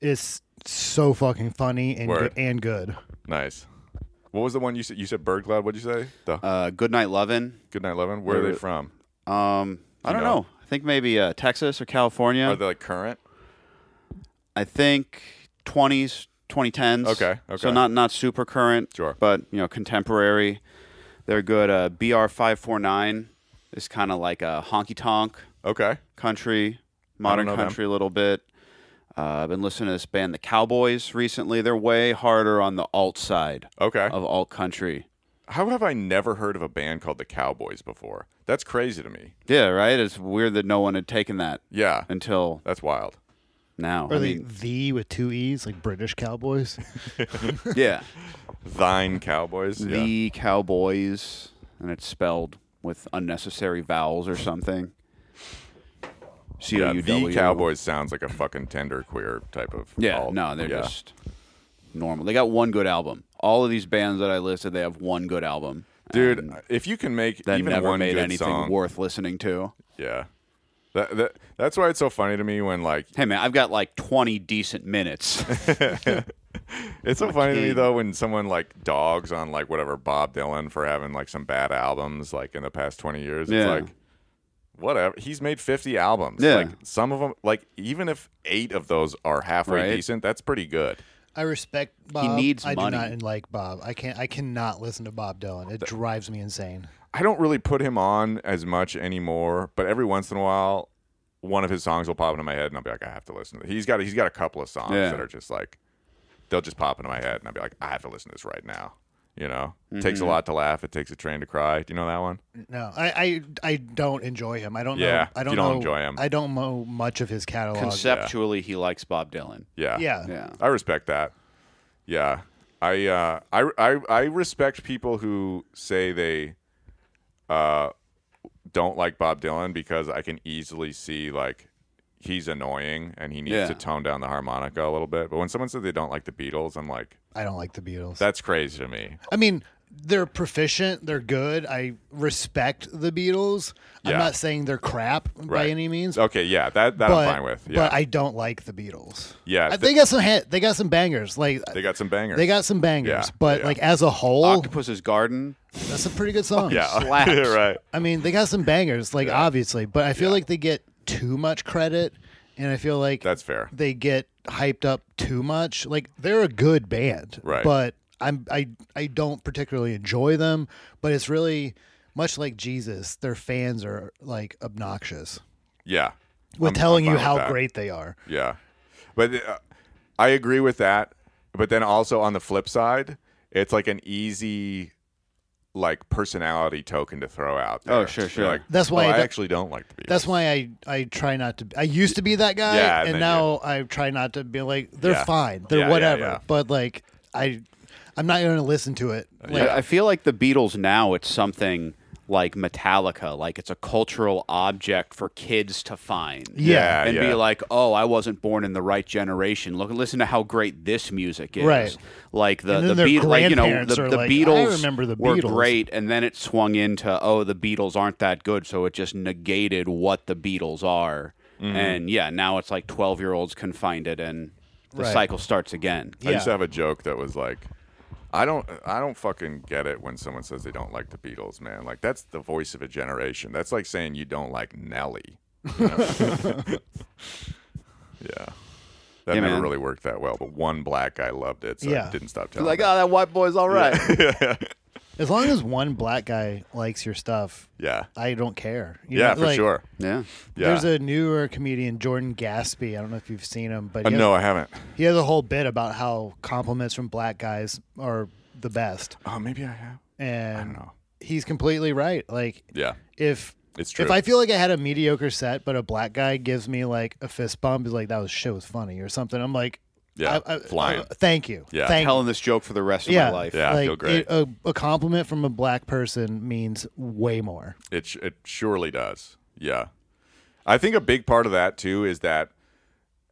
S1: it's so fucking funny and good,
S3: Word.
S1: and good.
S3: Nice. What was the one you said? You said Bird Cloud. What'd you say? The
S2: Uh, Goodnight Lovin'.
S3: Goodnight Lovin'. Where are
S2: they're-
S3: they from?
S2: Um, I
S3: You
S2: don't
S3: know?
S2: know. I think maybe uh, Texas or California.
S3: Are they like current?
S2: I think 20s, 2010s.
S3: Okay, okay.
S2: So not not super current,
S3: Sure.
S2: but you know contemporary. They're good. Uh, BR five four nine is kind of like a honky tonk
S3: Okay.
S2: country, modern
S3: know them.
S2: country a little bit. Uh, I've been listening to this band, the Cowboys, recently. They're way harder on the alt side
S3: Okay.
S2: of alt country.
S3: How have I never heard of a band called the Cowboys before? That's crazy to me.
S2: Yeah, right. It's weird that no one had taken that
S3: Yeah.
S2: until
S3: That's wild.
S2: now.
S1: Or
S2: I
S1: the [laughs]
S2: mean,
S1: the with two e's like British cowboys.
S2: yeah,
S3: Thine Cowboys. Yeah.
S2: the Cowboys, and it's spelled with unnecessary vowels or something. C O
S3: Yeah,
S2: U
S3: the
S2: W.
S3: Cowboys sounds like a fucking tender queer type of.
S2: Yeah,
S3: alt.
S2: no, they're
S3: Yeah.
S2: just normal. They got one good album. All of these bands that I listed, they have one good album.
S3: Dude,
S2: and
S3: if you can make
S2: that
S3: even
S2: never
S3: one
S2: made
S3: good
S2: anything
S3: song,
S2: worth listening to.
S3: yeah, that, that that's why it's so funny to me when like
S2: Hey man, I've got like 20 decent
S3: [laughs]
S2: minutes.
S3: it's so funny to me
S2: kid.
S3: though when someone like dogs on like whatever Bob Dylan for having like some bad albums like in the past twenty years. It's
S2: Yeah.
S3: like whatever. He's made fifty albums.
S2: Yeah.
S3: Like some of them, like even if eight of those are halfway
S2: Right.
S3: decent, that's pretty good.
S1: I respect Bob.
S2: needs
S1: I
S2: money.
S1: do not like Bob. I can't. I cannot listen to Bob Dylan. It drives me insane.
S3: I don't really put him on as much anymore, but every once in a while, one of his songs will pop into my head, and I'll be like, I have to listen to. This. He's got he's got a couple of songs
S2: Yeah.
S3: that are just like they'll just pop into my head, and I'll be like, I have to listen to this right now. You know, it
S2: Mm-hmm.
S3: takes a lot to laugh. It takes a train to cry. Do you know that one?
S1: No, I, I, I don't enjoy him. I don't.
S3: Yeah,
S1: know, I
S3: you
S1: don't,
S3: don't
S1: know,
S3: enjoy him.
S1: I don't know much of his catalog.
S2: Conceptually, he likes Bob Dylan.
S3: Yeah.
S1: Yeah.
S2: Yeah.
S3: I respect that. Yeah. I uh I I, I respect people who say they uh don't like Bob Dylan because I can easily see like he's annoying and he needs
S2: Yeah.
S3: to tone down the harmonica a little bit. But when someone says they don't like the Beatles, I'm like,
S1: I don't like the Beatles.
S3: that's crazy to me.
S1: I mean, they're proficient. They're good. I respect the Beatles.
S3: Yeah.
S1: I'm not saying they're crap by
S3: Right.
S1: any means.
S3: Okay, yeah, that that
S1: but,
S3: I'm fine with. Yeah.
S1: but I don't like the Beatles.
S3: Yeah,
S1: I,
S3: th-
S1: they got some hit. They got some bangers. Like
S3: they got some bangers.
S1: they got some bangers.
S3: Yeah,
S1: but
S3: yeah.
S1: like as a whole,
S2: Octopus's Garden.
S1: that's a pretty good song.
S3: yeah.
S2: slaps.
S3: [laughs] right.
S1: I mean, they got some bangers, like obviously, but I feel like they get too much credit, and I feel like
S3: That's fair.
S1: They get hyped up too much. Like they're a good band,
S3: Right.
S1: But I'm I I don't particularly enjoy them. But it's really much like Jesus. Their fans are like obnoxious
S3: Yeah.
S1: with
S3: I'm- I'm
S1: telling
S3: fine
S1: you
S3: with
S1: how
S3: that.
S1: great they are.
S3: Yeah, but uh, I agree with that. But then also on the flip side, it's like an easy like personality token to throw out. there.
S2: Oh, sure,
S3: You're
S2: sure.
S3: Like,
S1: That's
S3: "Oh,
S1: why
S3: I
S1: that-
S3: actually don't like the Beatles.
S1: That's why I, I try not to. I used to be that guy,
S3: Yeah, and
S1: and
S3: then
S1: now I try not to be like they're
S3: Yeah.
S1: fine, they're
S3: Yeah, yeah,
S1: whatever.
S3: yeah.
S1: But like I, I'm not going to listen to it. Like,
S2: I, I feel like the Beatles now it's something like Metallica, like it's a cultural object for kids to find.
S3: Yeah,
S2: and
S3: yeah.
S2: be like, "Oh, I wasn't born in the right generation. Look, listen to how great this music is."
S1: Right.
S2: Like the
S1: And
S2: the
S1: then their
S2: Beatles, like you know, the,
S1: grandparents
S2: the
S1: are like, "I
S2: Beatles
S1: remember the
S2: were
S1: Beatles."
S2: great, and then it swung into, "Oh, the Beatles aren't that good," so it just negated what the Beatles are.
S1: Mm.
S2: And yeah, now it's like twelve-year-olds can find it, and the
S1: Right.
S2: cycle starts again.
S3: I used to
S1: Yeah.
S3: have a joke that was like, I don't, I don't fucking get it when someone says they don't like the Beatles, man. Like that's the voice of a generation. That's like saying you don't like Nelly. you
S2: [laughs]
S3: know? yeah. That
S2: Yeah,
S3: never
S2: man.
S3: really worked that well, but one black guy loved it, so I
S1: Yeah.
S3: didn't stop telling.
S2: Like,
S3: him.
S2: oh, that white boy's all right.
S1: [laughs] as long as one black guy likes your stuff,
S3: yeah,
S1: I don't care. You
S3: yeah,
S1: know,
S3: for
S1: like,
S3: sure.
S2: yeah.
S3: Yeah.
S1: There's a newer comedian, Jordan Gaspy. I don't know if you've seen him, but
S3: Uh,
S1: he,
S3: no,
S1: has,
S3: I haven't.
S1: he has a whole bit about how compliments from black guys are the best,
S3: Oh, maybe I have.
S1: and
S3: know.
S1: he's completely right. Like
S3: Yeah,
S1: if
S3: It's true.
S1: If I feel like I had a mediocre set, but a black guy gives me like a fist bump, he's like, "That was shit was funny" or something. I'm like,
S3: Yeah,
S1: I- I-
S3: flying.
S1: I- thank you.
S3: Yeah.
S1: thank
S2: telling this joke for the rest of
S1: yeah,
S2: my life.
S3: Yeah, I
S1: like,
S3: feel great.
S1: it- a, a compliment from a black person means way more.
S3: it sh- it surely does. Yeah, I think a big part of that too is that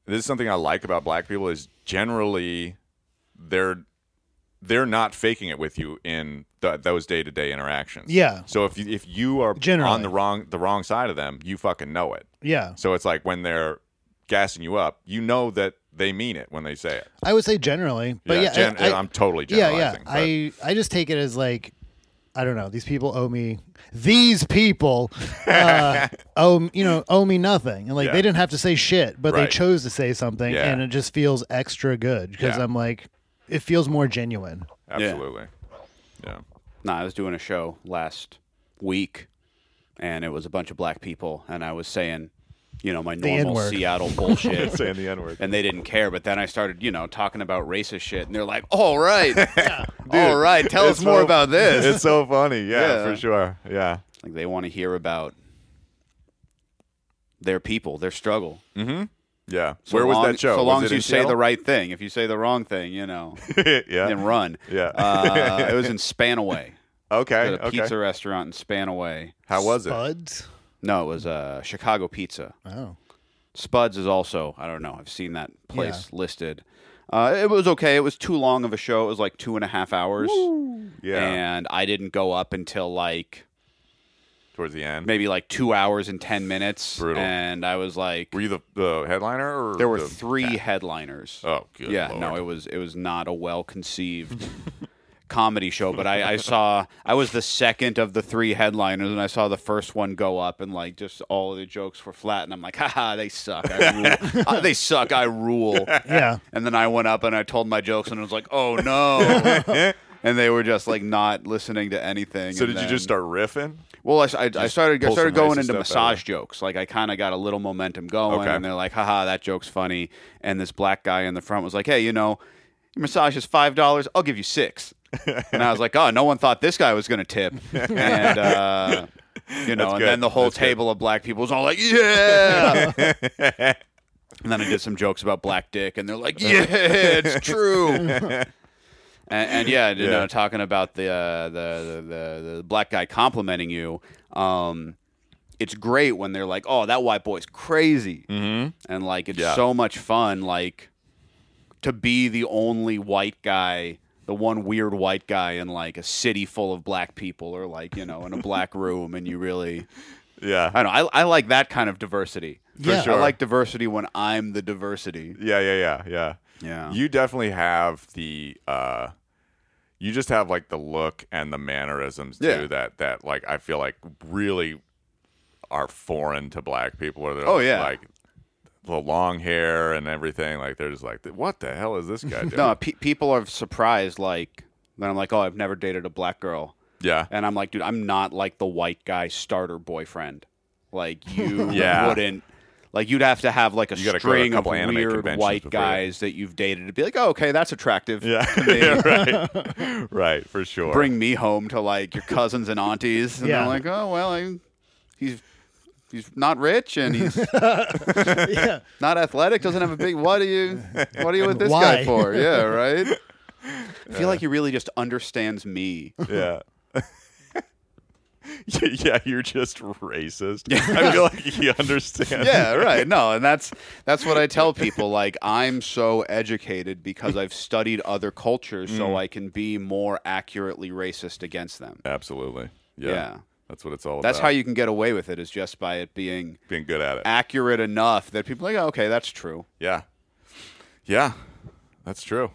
S3: this is something I like about black people is generally they're they're not faking it with you in th- those day to day interactions.
S1: Yeah.
S3: So if you, if you are on
S1: Generally.
S3: the wrong the wrong side of them, you fucking know it.
S1: Yeah,
S3: So it's like when they're gassing you up, you know that they mean it when they say it.
S1: I would say generally, but yeah,
S3: gen-
S1: I,
S3: am totally
S1: yeah,
S3: generalizing.
S1: yeah.
S3: but-
S1: I I just take it as like. I don't know. These people owe me. These
S3: [laughs]
S1: people uh, owe you know owe me nothing, and like
S3: Yeah.
S1: they didn't have to say shit, but they
S3: Right.
S1: chose to say something,
S3: Yeah.
S1: and it just feels extra good because
S3: Yeah.
S1: I'm like, it feels more genuine.
S3: absolutely. yeah.
S2: No, I was doing a show last week, and it was a bunch of black people, and I was saying, you know, my normal
S1: N-word.
S2: Seattle bullshit.
S1: [laughs]
S3: saying the N word.
S2: And they didn't care, but then I started, you know, talking about racist shit, and they're like, "All
S1: [laughs]
S2: right, all right, tell us
S3: It's
S2: more
S3: so-
S2: about this."
S3: It's so funny. Yeah,
S2: Yeah.
S3: for sure. Yeah.
S2: like they want to hear about their people, their struggle.
S3: Yeah.
S2: So
S3: Where
S2: long-
S3: was that show?
S2: So
S3: Was
S2: long
S3: it
S2: as
S3: in
S2: you say the right thing. If you say the wrong thing, you know,
S3: Seattle?
S2: then
S3: [laughs] yeah.
S2: run.
S3: Yeah.
S2: Uh, it was
S3: [laughs]
S2: in Spanaway.
S3: Okay.
S2: at a
S3: Okay.
S2: pizza restaurant in Spanaway.
S3: How was it?
S1: Buds.
S2: No, it was uh, Chicago Pizza.
S3: [laughs]
S1: Oh,
S2: Spuds is also I don't know. I've seen that place listed. Uh, it was okay. It was too long of a show. It was like two and a half hours,
S3: Yeah.
S2: and I didn't go up until like
S3: Towards the end.
S2: maybe like two hours and ten minutes.
S3: Brutal.
S2: And I was like,
S3: Were you the, the headliner or
S2: there were
S3: the-
S2: three headliners.
S3: Oh, good
S2: yeah,
S3: Lord. [laughs]
S2: no, it was it was not a well conceived. comedy show, but I, I saw I was the second of the three headliners, and I saw the first one go up, and like just all of the jokes were flat, and I'm like, haha, they suck, I
S3: [laughs]
S2: rule. Ah, they suck, I rule.
S1: Yeah.
S2: And then I went up and I told my jokes, and I was like, oh
S3: [laughs]
S2: no. And they were just like not listening to anything.
S3: So
S2: and
S3: did you
S2: then-
S3: just start riffing?
S2: well, I, I- I started I
S3: pull
S2: started
S3: some
S2: going
S3: nicer
S2: into
S3: stuff out of
S2: massage jokes. Like I kind of got a little momentum going,
S3: Okay.
S2: and they're like, "Haha, that joke's funny." And this black guy in the front was like, "Hey, you know, your massage is five dollars. I'll give you six. And I was like, "Oh, no one thought this guy was going to tip." And uh, you know,
S3: That's
S2: and
S3: good.
S2: then the whole
S3: That's good.
S2: table of black people was all like, "Yeah." and then I did some jokes about black dick, and they're like, "Yeah, it's true." and, and yeah, you know,
S3: Yeah.
S2: talking about the, uh, the, the the the black guy complimenting you. Um, it's great when they're like, "Oh, that white boy's crazy," mm-hmm. and like it's
S3: Yeah.
S2: so much fun, like to be the only white guy, the one weird white guy in like a city full of black people, or like you know, in a black room, and you really,
S3: Yeah.
S2: I don't know, I, I like that kind of diversity.
S1: For Yeah. sure.
S2: I like diversity when I'm the diversity.
S3: Yeah, yeah, yeah, yeah.
S2: Yeah.
S3: You definitely have the uh you just have like the look and the mannerisms too
S2: Yeah.
S3: that that like I feel like really are foreign to black people where they're
S2: Oh, yeah.
S3: like the long hair and everything like they're just like what the hell is
S2: [laughs]
S3: this guy doing?
S2: No, pe- people are surprised. Like when I'm like, "Oh, I've never dated a black girl,"
S3: Yeah.
S2: and I'm like, "Dude, I'm not like the white guy starter boyfriend.
S1: [laughs]
S2: Like you
S3: Yeah.
S2: wouldn't." Like you'd have to have like a
S3: You gotta go to a
S2: string of
S3: couple anime
S2: weird
S3: conventions
S2: white
S3: before you-
S2: guys that you've dated to be like, oh, okay, that's attractive.
S3: Yeah. [laughs]
S2: to me."
S3: Yeah, right. [laughs] right, for sure.
S2: Bring me home to like your cousins and aunties, and
S1: Yeah.
S2: they're like, oh well, I, he's he's not rich and he's
S1: [laughs] yeah.
S2: not athletic, doesn't have a big. What are you? What are you with this
S1: Why?
S2: guy for?
S1: [laughs]
S2: Yeah, right. I feel like he really just understands me.
S3: Yeah. [laughs] yeah, you're just racist. I feel like he [laughs]
S2: [laughs]
S3: understands.
S2: Yeah, right. No, and that's that's what I tell people. Like, I'm so educated because I've studied other cultures,
S3: Mm.
S2: so I can be more accurately racist against them.
S3: Absolutely. Yeah.
S2: Yeah.
S3: That's what it's all
S2: That's
S3: about.
S2: how you can get away with it is just by it being
S3: being good at it.
S2: accurate enough that people are like, "Oh, okay, that's true.
S3: Yeah. Yeah. That's true.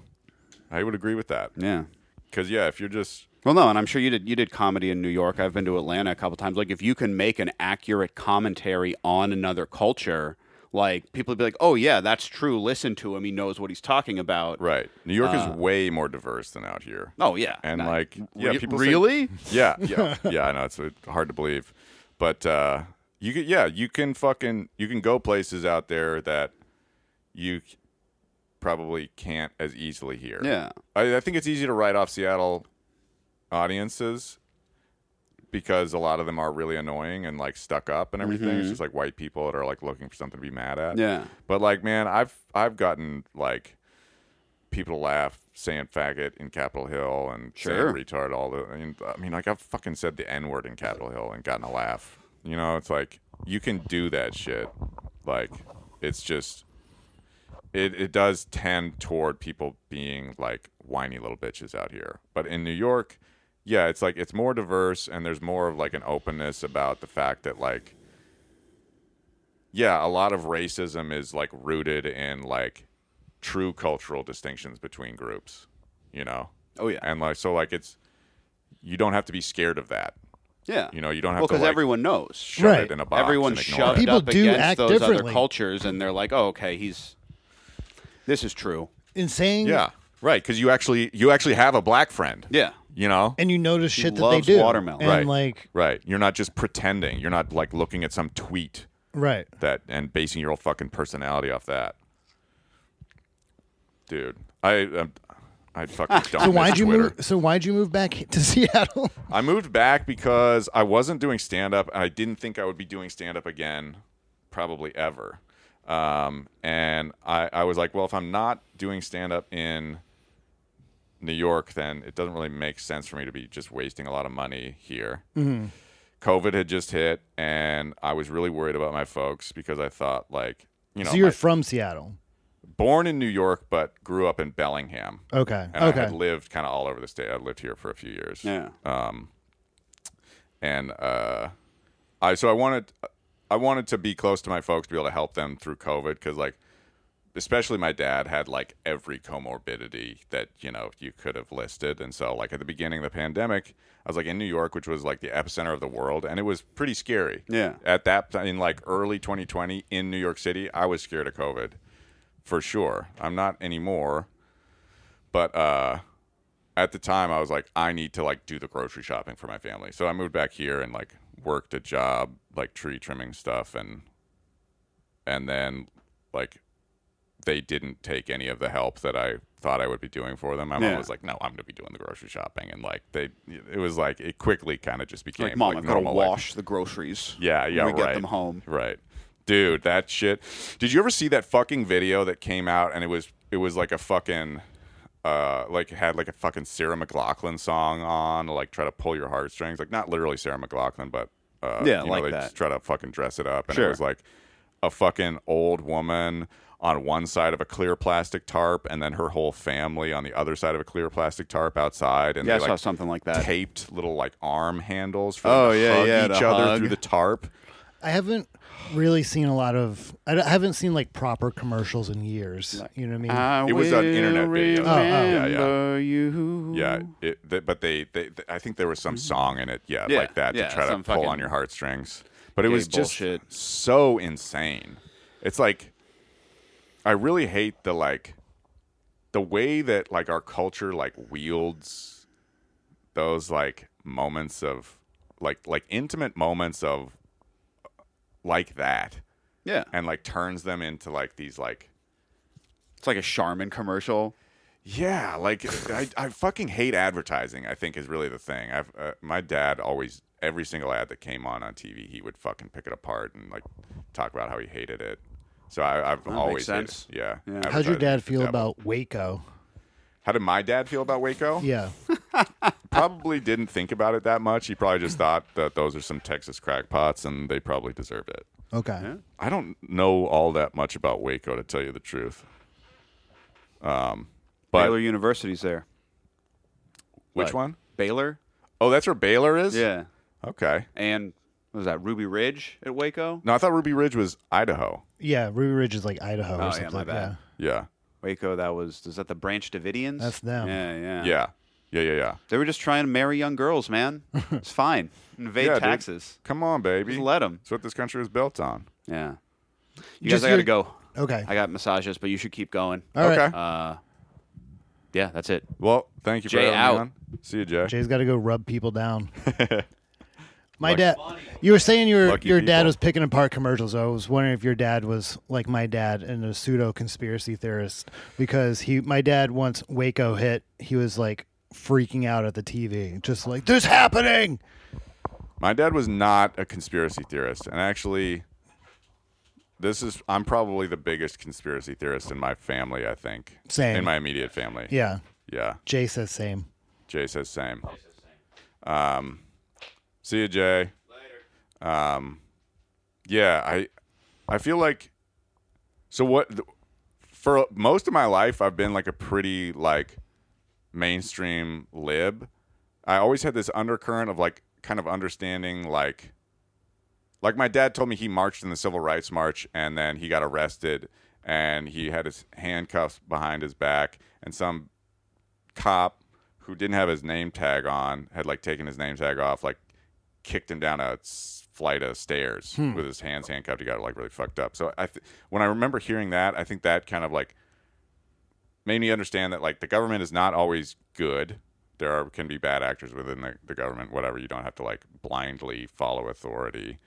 S3: I would agree with that.
S2: Yeah.
S3: Cuz yeah, if you're just
S2: Well, no, and I'm sure you did. You did comedy in New York. I've been to Atlanta a couple times. Like, if you can make an accurate commentary on another culture, like people would be like, "Oh yeah, that's true. Listen to him. He knows what he's talking about."
S3: right. New York is way more diverse than out here.
S2: Oh yeah.
S3: And
S2: Nah,
S3: like yeah,
S2: re-
S3: people say-
S2: really.
S3: Yeah, yeah. yeah, I know it's uh, hard to believe. But uh you could yeah, you can fucking you can go places out there that you c- probably can't as easily here.
S2: Yeah.
S3: I, I think it's easy to write off Seattle audiences because a lot of them are really annoying and like stuck up and everything. It's just like white people that are like looking for something to be mad at.
S2: Yeah.
S3: But like, man, I've I've gotten like people to laugh saying faggot in Capitol Hill and
S2: Sure.
S3: saying retard all the. I mean, I mean, like I've fucking said the n word in Capitol Hill and gotten a laugh. You know, it's like you can do that shit. Like, it's just. It, it does tend toward people being like whiny little bitches out here. But in New York, yeah, it's like it's more diverse and there's more of like an openness about the fact that like yeah, a lot of racism is like rooted in like true cultural distinctions between groups, you know.
S2: Oh yeah.
S3: And like so like it's you don't have to be scared of that.
S2: yeah.
S3: You know, you don't have
S2: well,
S3: to
S2: because
S3: like
S2: everyone knows.
S3: shove
S1: Right.
S3: it in a box.
S2: Everyone's
S3: and ignore
S2: shoved
S3: it.
S1: People
S2: up
S1: do
S2: against
S1: act
S2: those
S1: differently.
S2: other cultures, and they're like, "Oh, okay, he's this is true."
S1: In saying
S3: Yeah. Right, cuz you actually you actually have a black friend.
S2: Yeah.
S3: You know?
S1: and you notice shit that they
S2: loves
S1: do.
S2: watermelon.
S1: And
S3: right.
S1: like
S3: right. You're not just pretending. You're not like looking at some tweet
S1: right.
S3: that and basing your whole fucking personality off that. Dude, I um, I fucking don't. [laughs]
S1: So why'd
S3: miss
S1: you
S3: Twitter.
S1: move so why'd you move back [laughs] to Seattle?
S3: I moved back because I wasn't doing stand up and I didn't think I would be doing stand up again, probably ever. Um, and I, I was like, well, if I'm not doing stand up in New York, then it doesn't really make sense for me to be just wasting a lot of money here.
S1: Mm-hmm.
S3: COVID had just hit and I was really worried about my folks because I thought, like, you know,
S1: so you're
S3: Oh, my-
S1: from Seattle.
S3: born in New York, but grew up in Bellingham.
S1: Okay.
S3: And I
S1: Oh, okay.
S3: had lived kind of all over the state. I lived here for a few years
S2: Yeah.
S3: Uh, and uh, I so I wanted I wanted to be close to my folks to be able to help them through COVID because like especially my dad had like every comorbidity that you know you could have listed and so like at the beginning of the pandemic i was like in new york which was like the epicenter of the world and it was pretty scary
S2: Yeah.
S3: at that time in like early 2020 in new york city i was scared of covid for sure i'm not anymore but uh at the time I was like, I need to like do the grocery shopping for my family. So I moved back here and like worked a job, like tree trimming stuff and and then like they didn't take any of the help that I thought I would be doing for them. My mom
S2: Yeah.
S3: was like, No, I'm gonna be doing the grocery shopping and like they it was like it quickly kind of just became
S2: Like, mom, I've got to
S3: normal life.
S2: wash the groceries.
S3: Yeah,
S2: when
S3: yeah,
S2: we
S3: right.
S2: get them home.
S3: Right. Dude, that shit. Did you ever see that fucking video that came out and it was it was like a fucking uh like it had like a fucking Sarah McLaughlin song on, like try to pull your heartstrings. Like not literally Sarah McLaughlin, but uh
S2: Yeah,
S3: you know,
S2: like
S3: they
S2: that.
S3: just try to fucking dress it up and it
S2: Sure.
S3: was like a fucking old woman on one side of a clear plastic tarp and then her whole family on the other side of a clear plastic tarp outside and
S2: Yeah, I
S3: they like
S2: saw something like that.
S3: taped little like arm handles for
S2: uh, Oh,
S3: them to
S2: yeah,
S3: hug
S2: yeah,
S3: each
S2: to
S3: other
S2: hug.
S3: through the tarp.
S1: I haven't really seen a lot of. I d- I haven't seen like proper commercials in years. You know what I mean?
S2: I
S3: It was
S2: will
S3: an internet video. Oh, oh. Yeah, yeah.
S2: remember you.
S3: Yeah, it, th- but they, they, th I think there was some song in it, yeah,
S2: Yeah,
S3: like that
S2: yeah,
S3: to try to
S2: some
S3: pull on
S2: fucking
S3: your heartstrings. But it
S2: gay
S3: was just
S2: bullshit.
S3: so insane. It's like I really hate the like the way that like our culture like wields those like moments of like like intimate moments of like that
S2: yeah.
S3: and like turns them into like these like
S2: It's like a Charmin commercial. [laughs]
S3: Yeah, like I, I fucking hate advertising. I think is really the thing. I've uh, my dad always every single ad that came on on TV, he would fucking pick it apart and like talk about how he hated it. So I, I've
S2: makes
S3: always hated-
S2: sense.
S3: yeah.
S2: Yeah.
S1: How'd your
S3: advertising
S1: dad
S3: is the
S1: feel
S3: devil.
S1: about Waco?
S3: How did my dad feel about Waco?
S1: Yeah.
S3: Probably didn't think about it that much. He probably just thought that those are some Texas crackpots and they probably deserved it.
S1: Okay.
S3: I don't know all that much about Waco to tell you the truth. Um, but
S2: Baylor University's there.
S3: which
S2: What?
S3: one?
S2: Baylor?
S3: Oh, that's where Baylor is.
S2: Yeah.
S3: Okay.
S2: And what was that, Ruby Ridge at Waco?
S3: No, I thought Ruby Ridge was Idaho.
S1: Yeah. Ruby Ridge is like Idaho
S2: Oh,
S1: or
S2: yeah,
S1: something.
S2: my bad.
S3: Yeah.
S2: Waco, that was, is that the Branch Davidians?
S1: That's them.
S2: Yeah, yeah.
S3: Yeah. Yeah, yeah, yeah.
S2: They were just trying to marry young
S1: [laughs]
S2: girls, man. It's fine. Invade
S3: Yeah, dude.
S2: taxes.
S3: Come on, baby.
S2: Just let them.
S3: That's what this country was built on.
S2: Yeah. You
S1: Just
S2: guys, I got to
S1: your-
S2: go.
S1: Yeah. Okay.
S2: I got massages, but you should keep going.
S1: All right.
S3: Okay.
S2: Uh, yeah, that's it.
S3: Well, thank you
S2: Jay
S3: for having
S2: out.
S3: me on. See you, Jay.
S1: Jay's got to go rub people
S3: [laughs]
S1: down. my dad. You were saying your
S3: Lucky
S1: your dad
S3: people.
S1: was picking apart commercials. I was wondering if your dad was like my dad and a pseudo conspiracy theorist because he my dad once Waco hit, he was like freaking out at the TV, just like this happening.
S3: My dad was not a conspiracy theorist, and actually, this is I'm probably the biggest conspiracy theorist in my family. I think.
S1: Same.
S3: In my immediate family.
S1: Yeah.
S3: Yeah.
S1: Jay says same.
S3: Jay says same. Um, see you, Jay. Later. Um, yeah, I, I feel like, so what? For most of my life, I've been like a pretty like mainstream lib. I always had this undercurrent of like kind of understanding like like my dad told me he marched in the civil rights march and then he got arrested and he had his handcuffs behind his back and some cop who didn't have his name tag on had like taken his name tag off like kicked him down a s- flight of stairs with his hands handcuffed he got like really fucked up so i th- when i remember hearing that i think that kind of like made me understand that like the government is not always good there are can be bad actors within the, the government whatever you don't have to like blindly follow authority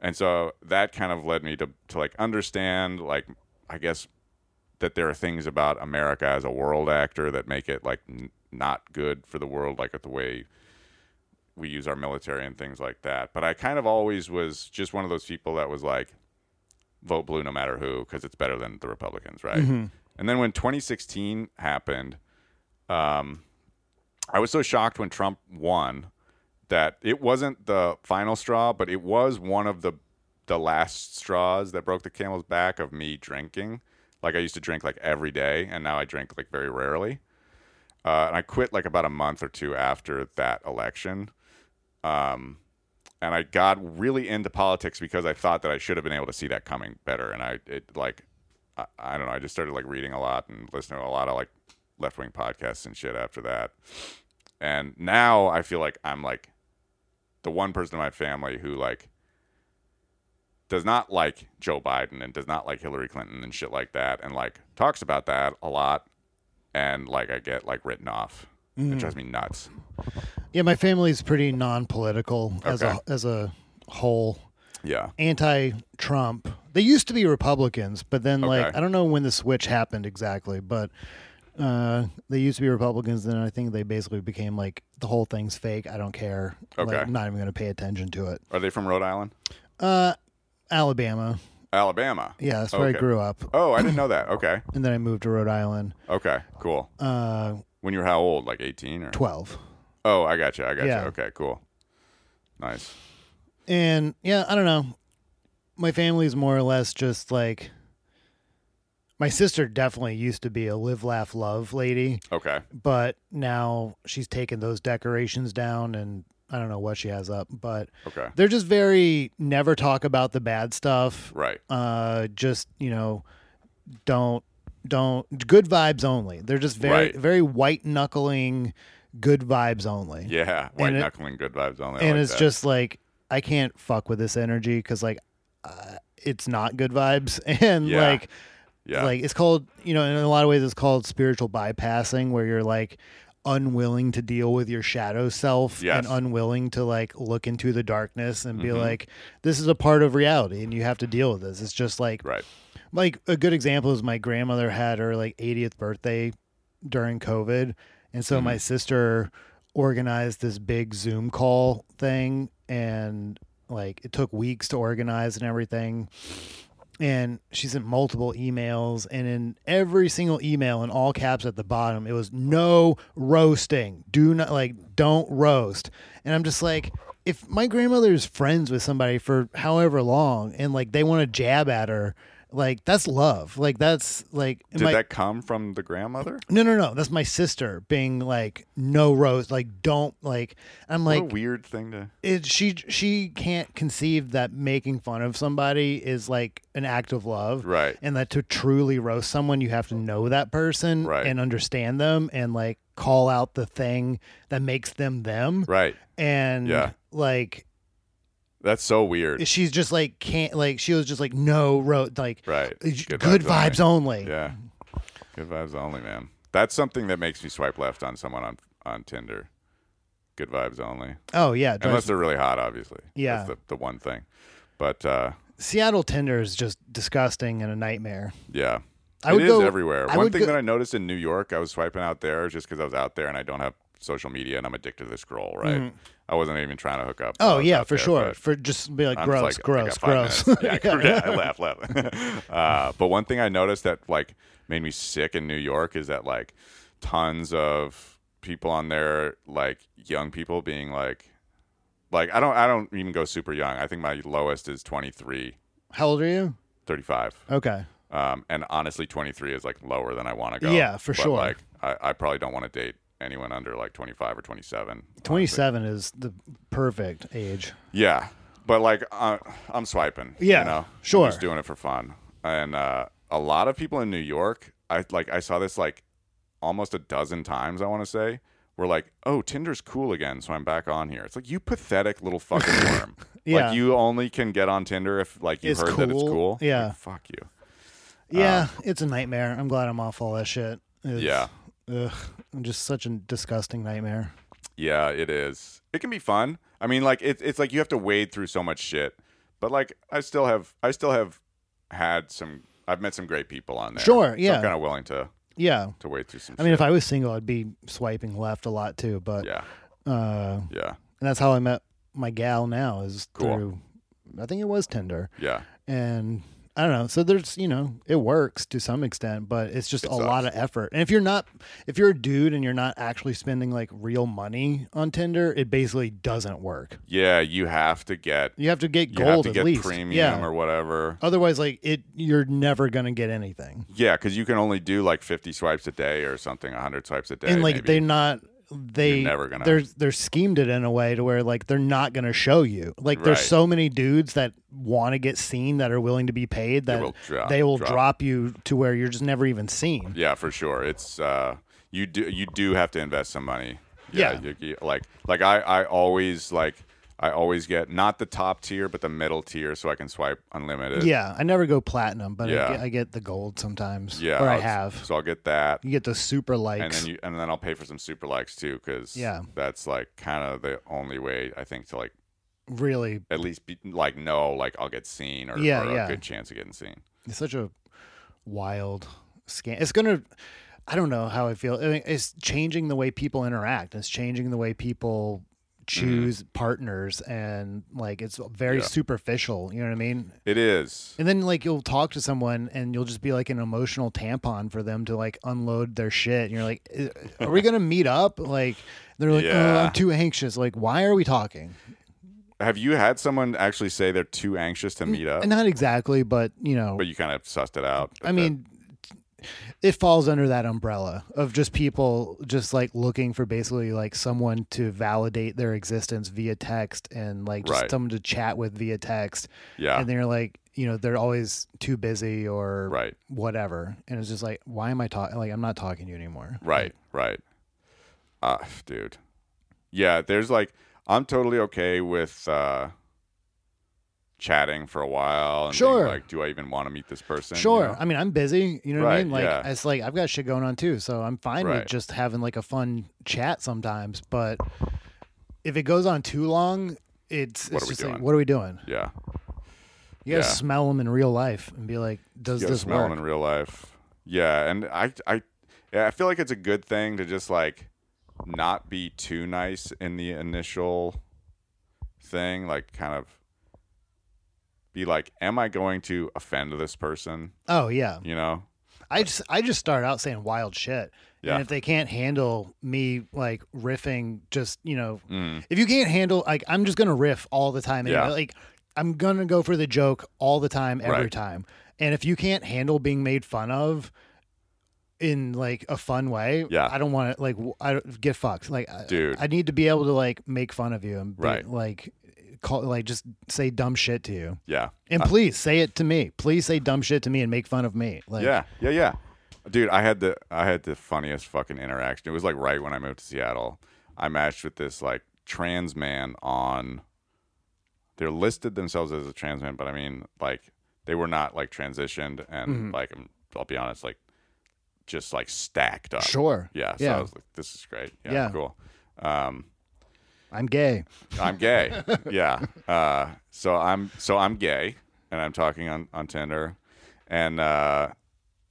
S3: and so that kind of led me to, to like understand like i guess that there are things about America as a world actor that make it like n- not good for the world, like the way we use our military and things like that. But I kind of always was just one of those people that was like, vote blue no matter who because it's better than the Republicans, right? And then when 2016 happened, um, I was so shocked when Trump won that it wasn't the final straw, but it was one of the the last straws that broke the camel's back of me drinking. Like I used to drink like every day, and now I drink like very rarely. Uh, and I quit like about a month or two after that election. Um, and I got really into politics because I thought that I should have been able to see that coming better. And I it like I, I don't know. I just started like reading a lot and listening to a lot of like left wing podcasts and shit after that. And now I feel like I'm like the one person in my family who like does not like Joe Biden and does not like Hillary Clinton and shit like that and like talks about that a lot and like I get like written off.
S1: Mm.
S3: It drives me nuts.
S1: Yeah, my family's pretty non-political as a
S3: Okay.
S1: as a whole.
S3: Yeah.
S1: Anti-Trump. They used to be Republicans, but then like
S3: Okay.
S1: I don't know when the switch happened exactly, but uh, they used to be Republicans. Then I think they basically became like the whole thing's fake. I don't care.
S3: Okay.
S1: Like, I'm not even going to pay attention to it. Uh,
S3: Are they from Rhode Island?
S1: Alabama.
S3: Alabama.
S1: Yeah, that's where
S3: Okay.
S1: I grew up,
S3: Oh, I didn't know that. Okay.
S1: and then I moved to Rhode Island.
S3: Okay. Cool.
S1: Uh,
S3: When you were how old? Like 18 or?
S1: Twelve.
S3: Oh, I got you. I got
S1: Yeah.
S3: you. Okay, cool. Nice.
S1: And yeah, I don't know. My family's more or less just like my sister definitely used to be a live laugh love lady,
S3: Okay.
S1: but now she's taken those decorations down and I don't know what she has up, but
S3: Okay.
S1: they're just very never talk about the bad stuff.
S3: Right.
S1: Uh just, you know, don't don't good vibes only. They're just very
S3: Right.
S1: very white knuckling good vibes only
S3: Yeah. White
S1: it-
S3: knuckling, good vibes only. I
S1: and
S3: like
S1: it's
S3: that.
S1: just like I can't fuck with this energy because like uh, it's not good vibes, [laughs] and
S3: Yeah.
S1: like
S3: yeah.
S1: like it's called you know in a lot of ways it's called spiritual bypassing where you're like unwilling to deal with your shadow self
S3: Yes. Mm-hmm.
S1: and unwilling to like look into the darkness and be like this is a part of reality and you have to deal with this it's just like
S3: right.
S1: like a good example is my grandmother had her like 80th birthday during COVID, and so my sister organized this big Zoom call thing, and like it took weeks to organize and everything. And she sent multiple emails, and in every single email, in all caps at the bottom, it was no roasting. Do not like, don't roast. And I'm just like, if my grandmother's friends with somebody for however long, and like they want to jab at her, like that's love. Like that's like
S3: Did
S1: my-
S3: that come from the grandmother?
S1: no, no, no. That's my sister being like, no roast, like don't like. I'm
S3: What a
S1: like,
S3: weird thing to.
S1: it, she she can't conceive that making fun of somebody is like an act of love,
S3: Right.
S1: And that to truly roast someone, you have to know that person
S3: Right.
S1: and understand them and like call out the thing that makes them them,
S3: Right.
S1: and
S3: Yeah.
S1: like
S3: That's so weird.
S1: she's just like can't like she was just like no roast like uh,
S3: Right.
S1: good, vibes, only.
S3: Yeah. Good vibes only, man. That's something that makes me swipe left on someone on on Tinder. Good vibes only.
S1: Oh yeah, it
S3: Unless
S1: drives-
S3: they're really hot, obviously.
S1: Yeah.
S3: That's the, the one thing. But uh,
S1: Seattle Tinder is just disgusting and a nightmare.
S3: yeah.
S1: I
S3: It
S1: would
S3: is
S1: go-
S3: everywhere.
S1: I
S3: One
S1: would
S3: thing
S1: go-
S3: that I noticed in New York, I was swiping out there just because I was out there and I don't have social media and I'm addicted to the scroll, right? I wasn't even trying to hook up. while I
S1: Mm-hmm. Oh
S3: was
S1: yeah,
S3: out
S1: for
S3: there,
S1: sure.
S3: but
S1: For just be like
S3: I'm
S1: gross,
S3: just like, I
S1: gross,
S3: got five
S1: gross. [laughs]
S3: minutes. Yeah, [laughs] yeah. I laugh, laugh. uh, but one thing I noticed that like made me sick in New York is that like tons of people on there, like young people being like, like I don't, I don't even go super young. I think my lowest is 23,
S1: How old are you?
S3: 35.
S1: Okay.
S3: Um, and honestly, 23 is like lower than I want to go.
S1: Yeah, for
S3: But,
S1: sure.
S3: Like, I, I probably don't want to date anyone under like 25 or 27. honestly.
S1: 27 is the perfect age.
S3: Yeah, but like uh, I'm swiping.
S1: Yeah,
S3: you know?
S1: sure.
S3: I'm just doing it for fun. And uh, a lot of people in New York, I like I saw this like almost a dozen times. I want to say were like, "Oh, Tinder's cool again, so I'm back on here." It's like you pathetic little fucking worm.
S1: [laughs] Yeah.
S3: Like you only can get on Tinder if like you
S1: It's
S3: heard that it's
S1: cool.
S3: cool.
S1: Yeah.
S3: Like, fuck you.
S1: Yeah, it's a nightmare. I'm glad I'm off all that shit. It's-
S3: Yeah.
S1: Ugh, I'm just such a disgusting nightmare.
S3: Yeah, it is. It can be fun. I mean, like it's it's like you have to wade through so much shit, but like I still have I still have had some. I've met some great people on there.
S1: Sure, yeah.
S3: I'm kind of willing to
S1: Yeah.
S3: to wade through some.
S1: I mean, if I was single, I'd be swiping left a lot too, but
S3: yeah,
S1: uh
S3: yeah,
S1: and that's how I met my gal now is
S3: Cool.
S1: through I think it was Tinder.
S3: yeah,
S1: and I don't know. So there's, you know, it works to some extent, but it's just a
S3: sucks.
S1: lot of effort. And if you're not, if you're a dude and you're not actually spending like real money on Tinder, it basically doesn't work.
S3: yeah. You have to get
S1: You have to get
S3: you
S1: gold
S3: have to
S1: at
S3: get
S1: least.
S3: premium
S1: yeah.
S3: or whatever.
S1: Otherwise, like it, you're never gonna get anything.
S3: Yeah, because you can only do like 50 swipes a day or something, 100 swipes a day.
S1: and like
S3: maybe.
S1: they're not they
S3: You're never gonna-
S1: they're they're schemed it in a way to where like they're not gonna show you. Like there's
S3: Right.
S1: so many dudes that want to get seen that are willing to be paid that
S3: will drop-
S1: they will
S3: drop.
S1: drop. you to where you're just never even seen.
S3: Yeah, for sure. It's uh, you do you do have to invest some money.
S1: Yeah.
S3: you- you- like like I I always like I always get not the top tier but the middle tier so I can swipe unlimited.
S1: Yeah, I never go platinum, but
S3: Yeah.
S1: I, get, I get the gold sometimes.
S3: yeah.
S1: or I
S3: I'll-
S1: have.
S3: So I'll get that,
S1: You get the super likes.
S3: and then you and then I'll pay for some super likes too because
S1: Yeah.
S3: that's like kind of the only way I think to like
S1: really,
S3: at least be, like know like I'll get seen or,
S1: Yeah,
S3: or a
S1: yeah.
S3: good chance of getting seen.
S1: it's such a wild scam. It's gonna. I don't know how I feel. I mean, it's changing the way people interact. It's changing the way people choose partners, and like it's very
S3: Mm-hmm. Yeah.
S1: superficial. You know what I mean?
S3: It is.
S1: And then like you'll talk to someone, and you'll just be like an emotional tampon for them to like unload their shit. And you're like, "Eh, "Are we gonna meet up?" Like they're like,
S3: Yeah.
S1: "Oh, I'm too anxious." Like, why are we talking?
S3: Have you had someone actually say they're too anxious to meet up?
S1: And not exactly, but you know,
S3: But you kind of sussed it out.
S1: I mean, it falls under that umbrella of just people just like looking for basically like someone to validate their existence via text and like just
S3: Right.
S1: someone to chat with via text.
S3: Yeah.
S1: And they're like, you know, they're always too busy or
S3: Right.
S1: whatever. And it's just like, why am I talking? Like, I'm not talking to you anymore.
S3: Right, right. Uh, dude. Yeah, there's like I'm totally okay with uh chatting for a while and being
S1: Sure.
S3: like, do I even want to meet this person? you
S1: Sure.
S3: know?
S1: I mean, I'm busy. You know what I
S3: Right,
S1: mean? Like,
S3: yeah.
S1: it's like I've got shit going on too, so I'm fine
S3: Right.
S1: with just having like a fun chat sometimes. But if it goes on too long, it's, it's
S3: What are we
S1: just like,
S3: doing?
S1: what are we doing?
S3: Yeah.
S1: You gotta
S3: Yeah.
S1: smell them in real life and be like, does
S3: You gotta
S1: this
S3: smell 'em
S1: work?
S3: in real life. Yeah, and I I yeah, I feel like it's a good thing to just like not be too nice in the initial thing, like kind of be like, am I going to offend this person?
S1: oh yeah,
S3: You know?
S1: I just I just start out saying wild shit.
S3: Yeah.
S1: And if they can't handle me like riffing, just you know,
S3: Mm.
S1: if you can't handle like I'm just gonna riff all the time.
S3: Yeah.
S1: Yeah. Like I'm gonna go for the joke all the time, every
S3: Right.
S1: time. And if you can't handle being made fun of in like a fun way,
S3: Yeah.
S1: I don't want to like w- I don't- get fucked. Like, I-
S3: Dude.
S1: I, need to be able to like make fun of you and be,
S3: Right.
S1: like call like just say dumb shit to you.
S3: Yeah.
S1: And please say it to me. Please say dumb shit to me and make fun of me. Like,
S3: yeah, yeah, yeah. Dude, I had the I had the funniest fucking interaction. It was like right when I moved to Seattle. I matched with this like trans man on they're listed themselves as a trans man, but I mean like they were not like transitioned and
S1: Mm-hmm.
S3: like I'm- I'll be honest, like just like stacked up.
S1: Sure.
S3: Yeah. So
S1: Yeah.
S3: I was like, this is great. Yeah,
S1: Yeah.
S3: cool. Um
S1: I'm gay.
S3: I'm gay. yeah. Uh, so I'm so I'm gay, and I'm talking on on Tinder, and uh,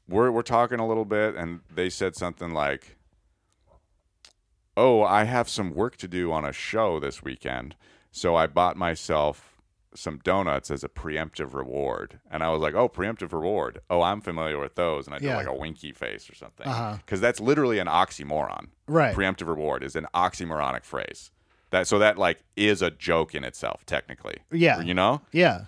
S3: we're we're talking a little bit, and they said something like, "Oh, I have some work to do on a show this weekend, so I bought myself." Some donuts as a preemptive reward, and I was like, "Oh, preemptive reward! Oh, I'm familiar with those." And I did
S1: Yeah.
S3: like a winky face or something,
S1: Uh-huh.
S3: because that's literally an oxymoron
S1: Right.
S3: preemptive reward is an oxymoronic phrase. That so that like is a joke in itself, technically.
S1: Yeah.
S3: You know?
S1: yeah.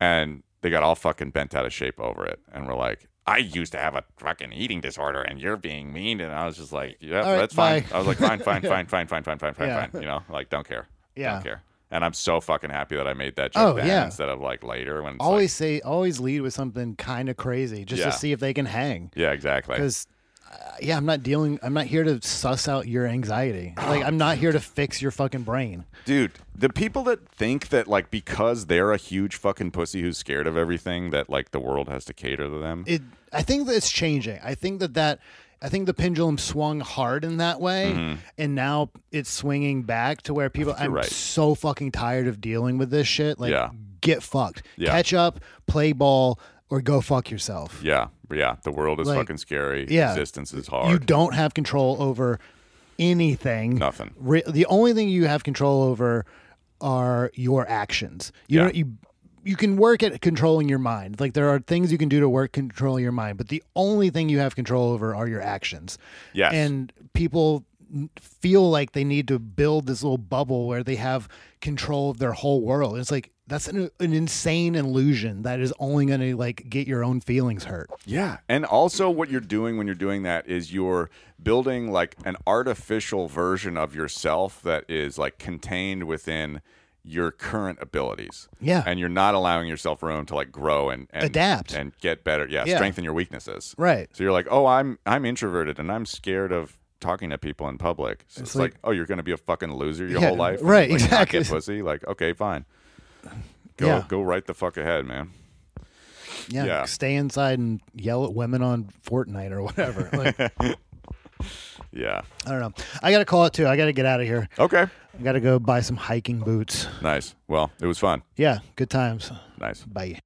S3: And they got all fucking bent out of shape over it. And we're like, I used to have a fucking eating disorder and you're being mean. And I was just like, Yeah,
S1: All right,
S3: that's fine.
S1: bye.
S3: I was like,
S1: [laughs]
S3: fine, fine, fine, fine, fine, fine, fine, fine,
S1: Yeah.
S3: fine. You know, like don't care.
S1: Yeah.
S3: Don't care. And I'm so fucking happy that I made that joke
S1: Oh,
S3: then
S1: yeah.
S3: instead of like later when it's
S1: Always say, always lead with something kind of crazy just
S3: Yeah.
S1: to see if they can hang.
S3: like- Yeah, exactly.
S1: Because, uh, yeah, I'm not dealing, I'm not here to suss out your anxiety. Like, I'm not here to fix your fucking brain.
S3: Dude, the people that think that like because they're a huge fucking pussy who's scared of everything that like the world has to cater to them.
S1: It, I think that it's changing. I think that that, I think the pendulum swung hard in that way, and now it's swinging back to where people. I'm
S3: Mm-hmm. right.
S1: so fucking tired of dealing with this shit. Like,
S3: Yeah.
S1: get fucked,
S3: Yeah.
S1: catch up, play ball, or go fuck yourself.
S3: yeah, yeah. The world is
S1: Like,
S3: fucking scary.
S1: yeah.
S3: Existence is
S1: you
S3: hard.
S1: don't have control over anything.
S3: Nothing.
S1: Re- the only thing you have control over are your actions. You
S3: Yeah.
S1: know, you you can work at controlling your mind. Like there are things you can do to work control your mind, but the only thing you have control over are your actions.
S3: Yes.
S1: And people n- feel like they need to build this little bubble where they have control of their whole world. It's like that's an, an insane illusion that is only going to like get your own feelings hurt.
S3: Yeah. And also, what you're doing when you're doing that is you're building like an artificial version of yourself that is like contained within your current abilities.
S1: Yeah.
S3: And you're not allowing yourself room to like grow and, and
S1: Adapt.
S3: and get better. Yeah,
S1: Yeah.
S3: Strengthen your weaknesses.
S1: Right.
S3: So you're like, oh, I'm I'm introverted and I'm scared of talking to people in public. So it's, like,
S1: like-
S3: oh, you're going to be a fucking loser your
S1: Yeah,
S3: whole life. and,
S1: right,
S3: like, not get
S1: exactly.
S3: pussy. Like,
S1: [sighs]
S3: okay, fine. Go
S1: Yeah.
S3: go right the fuck ahead, man.
S1: Yeah,
S3: Yeah.
S1: stay inside and yell at women on Fortnite or whatever. Like,
S3: Yeah.
S1: I don't know. I got to call it too. I got to get out of here.
S3: Okay.
S1: I got to go buy some hiking boots.
S3: Nice. Well, it was fun.
S1: Yeah, good times.
S3: Nice.
S1: Bye.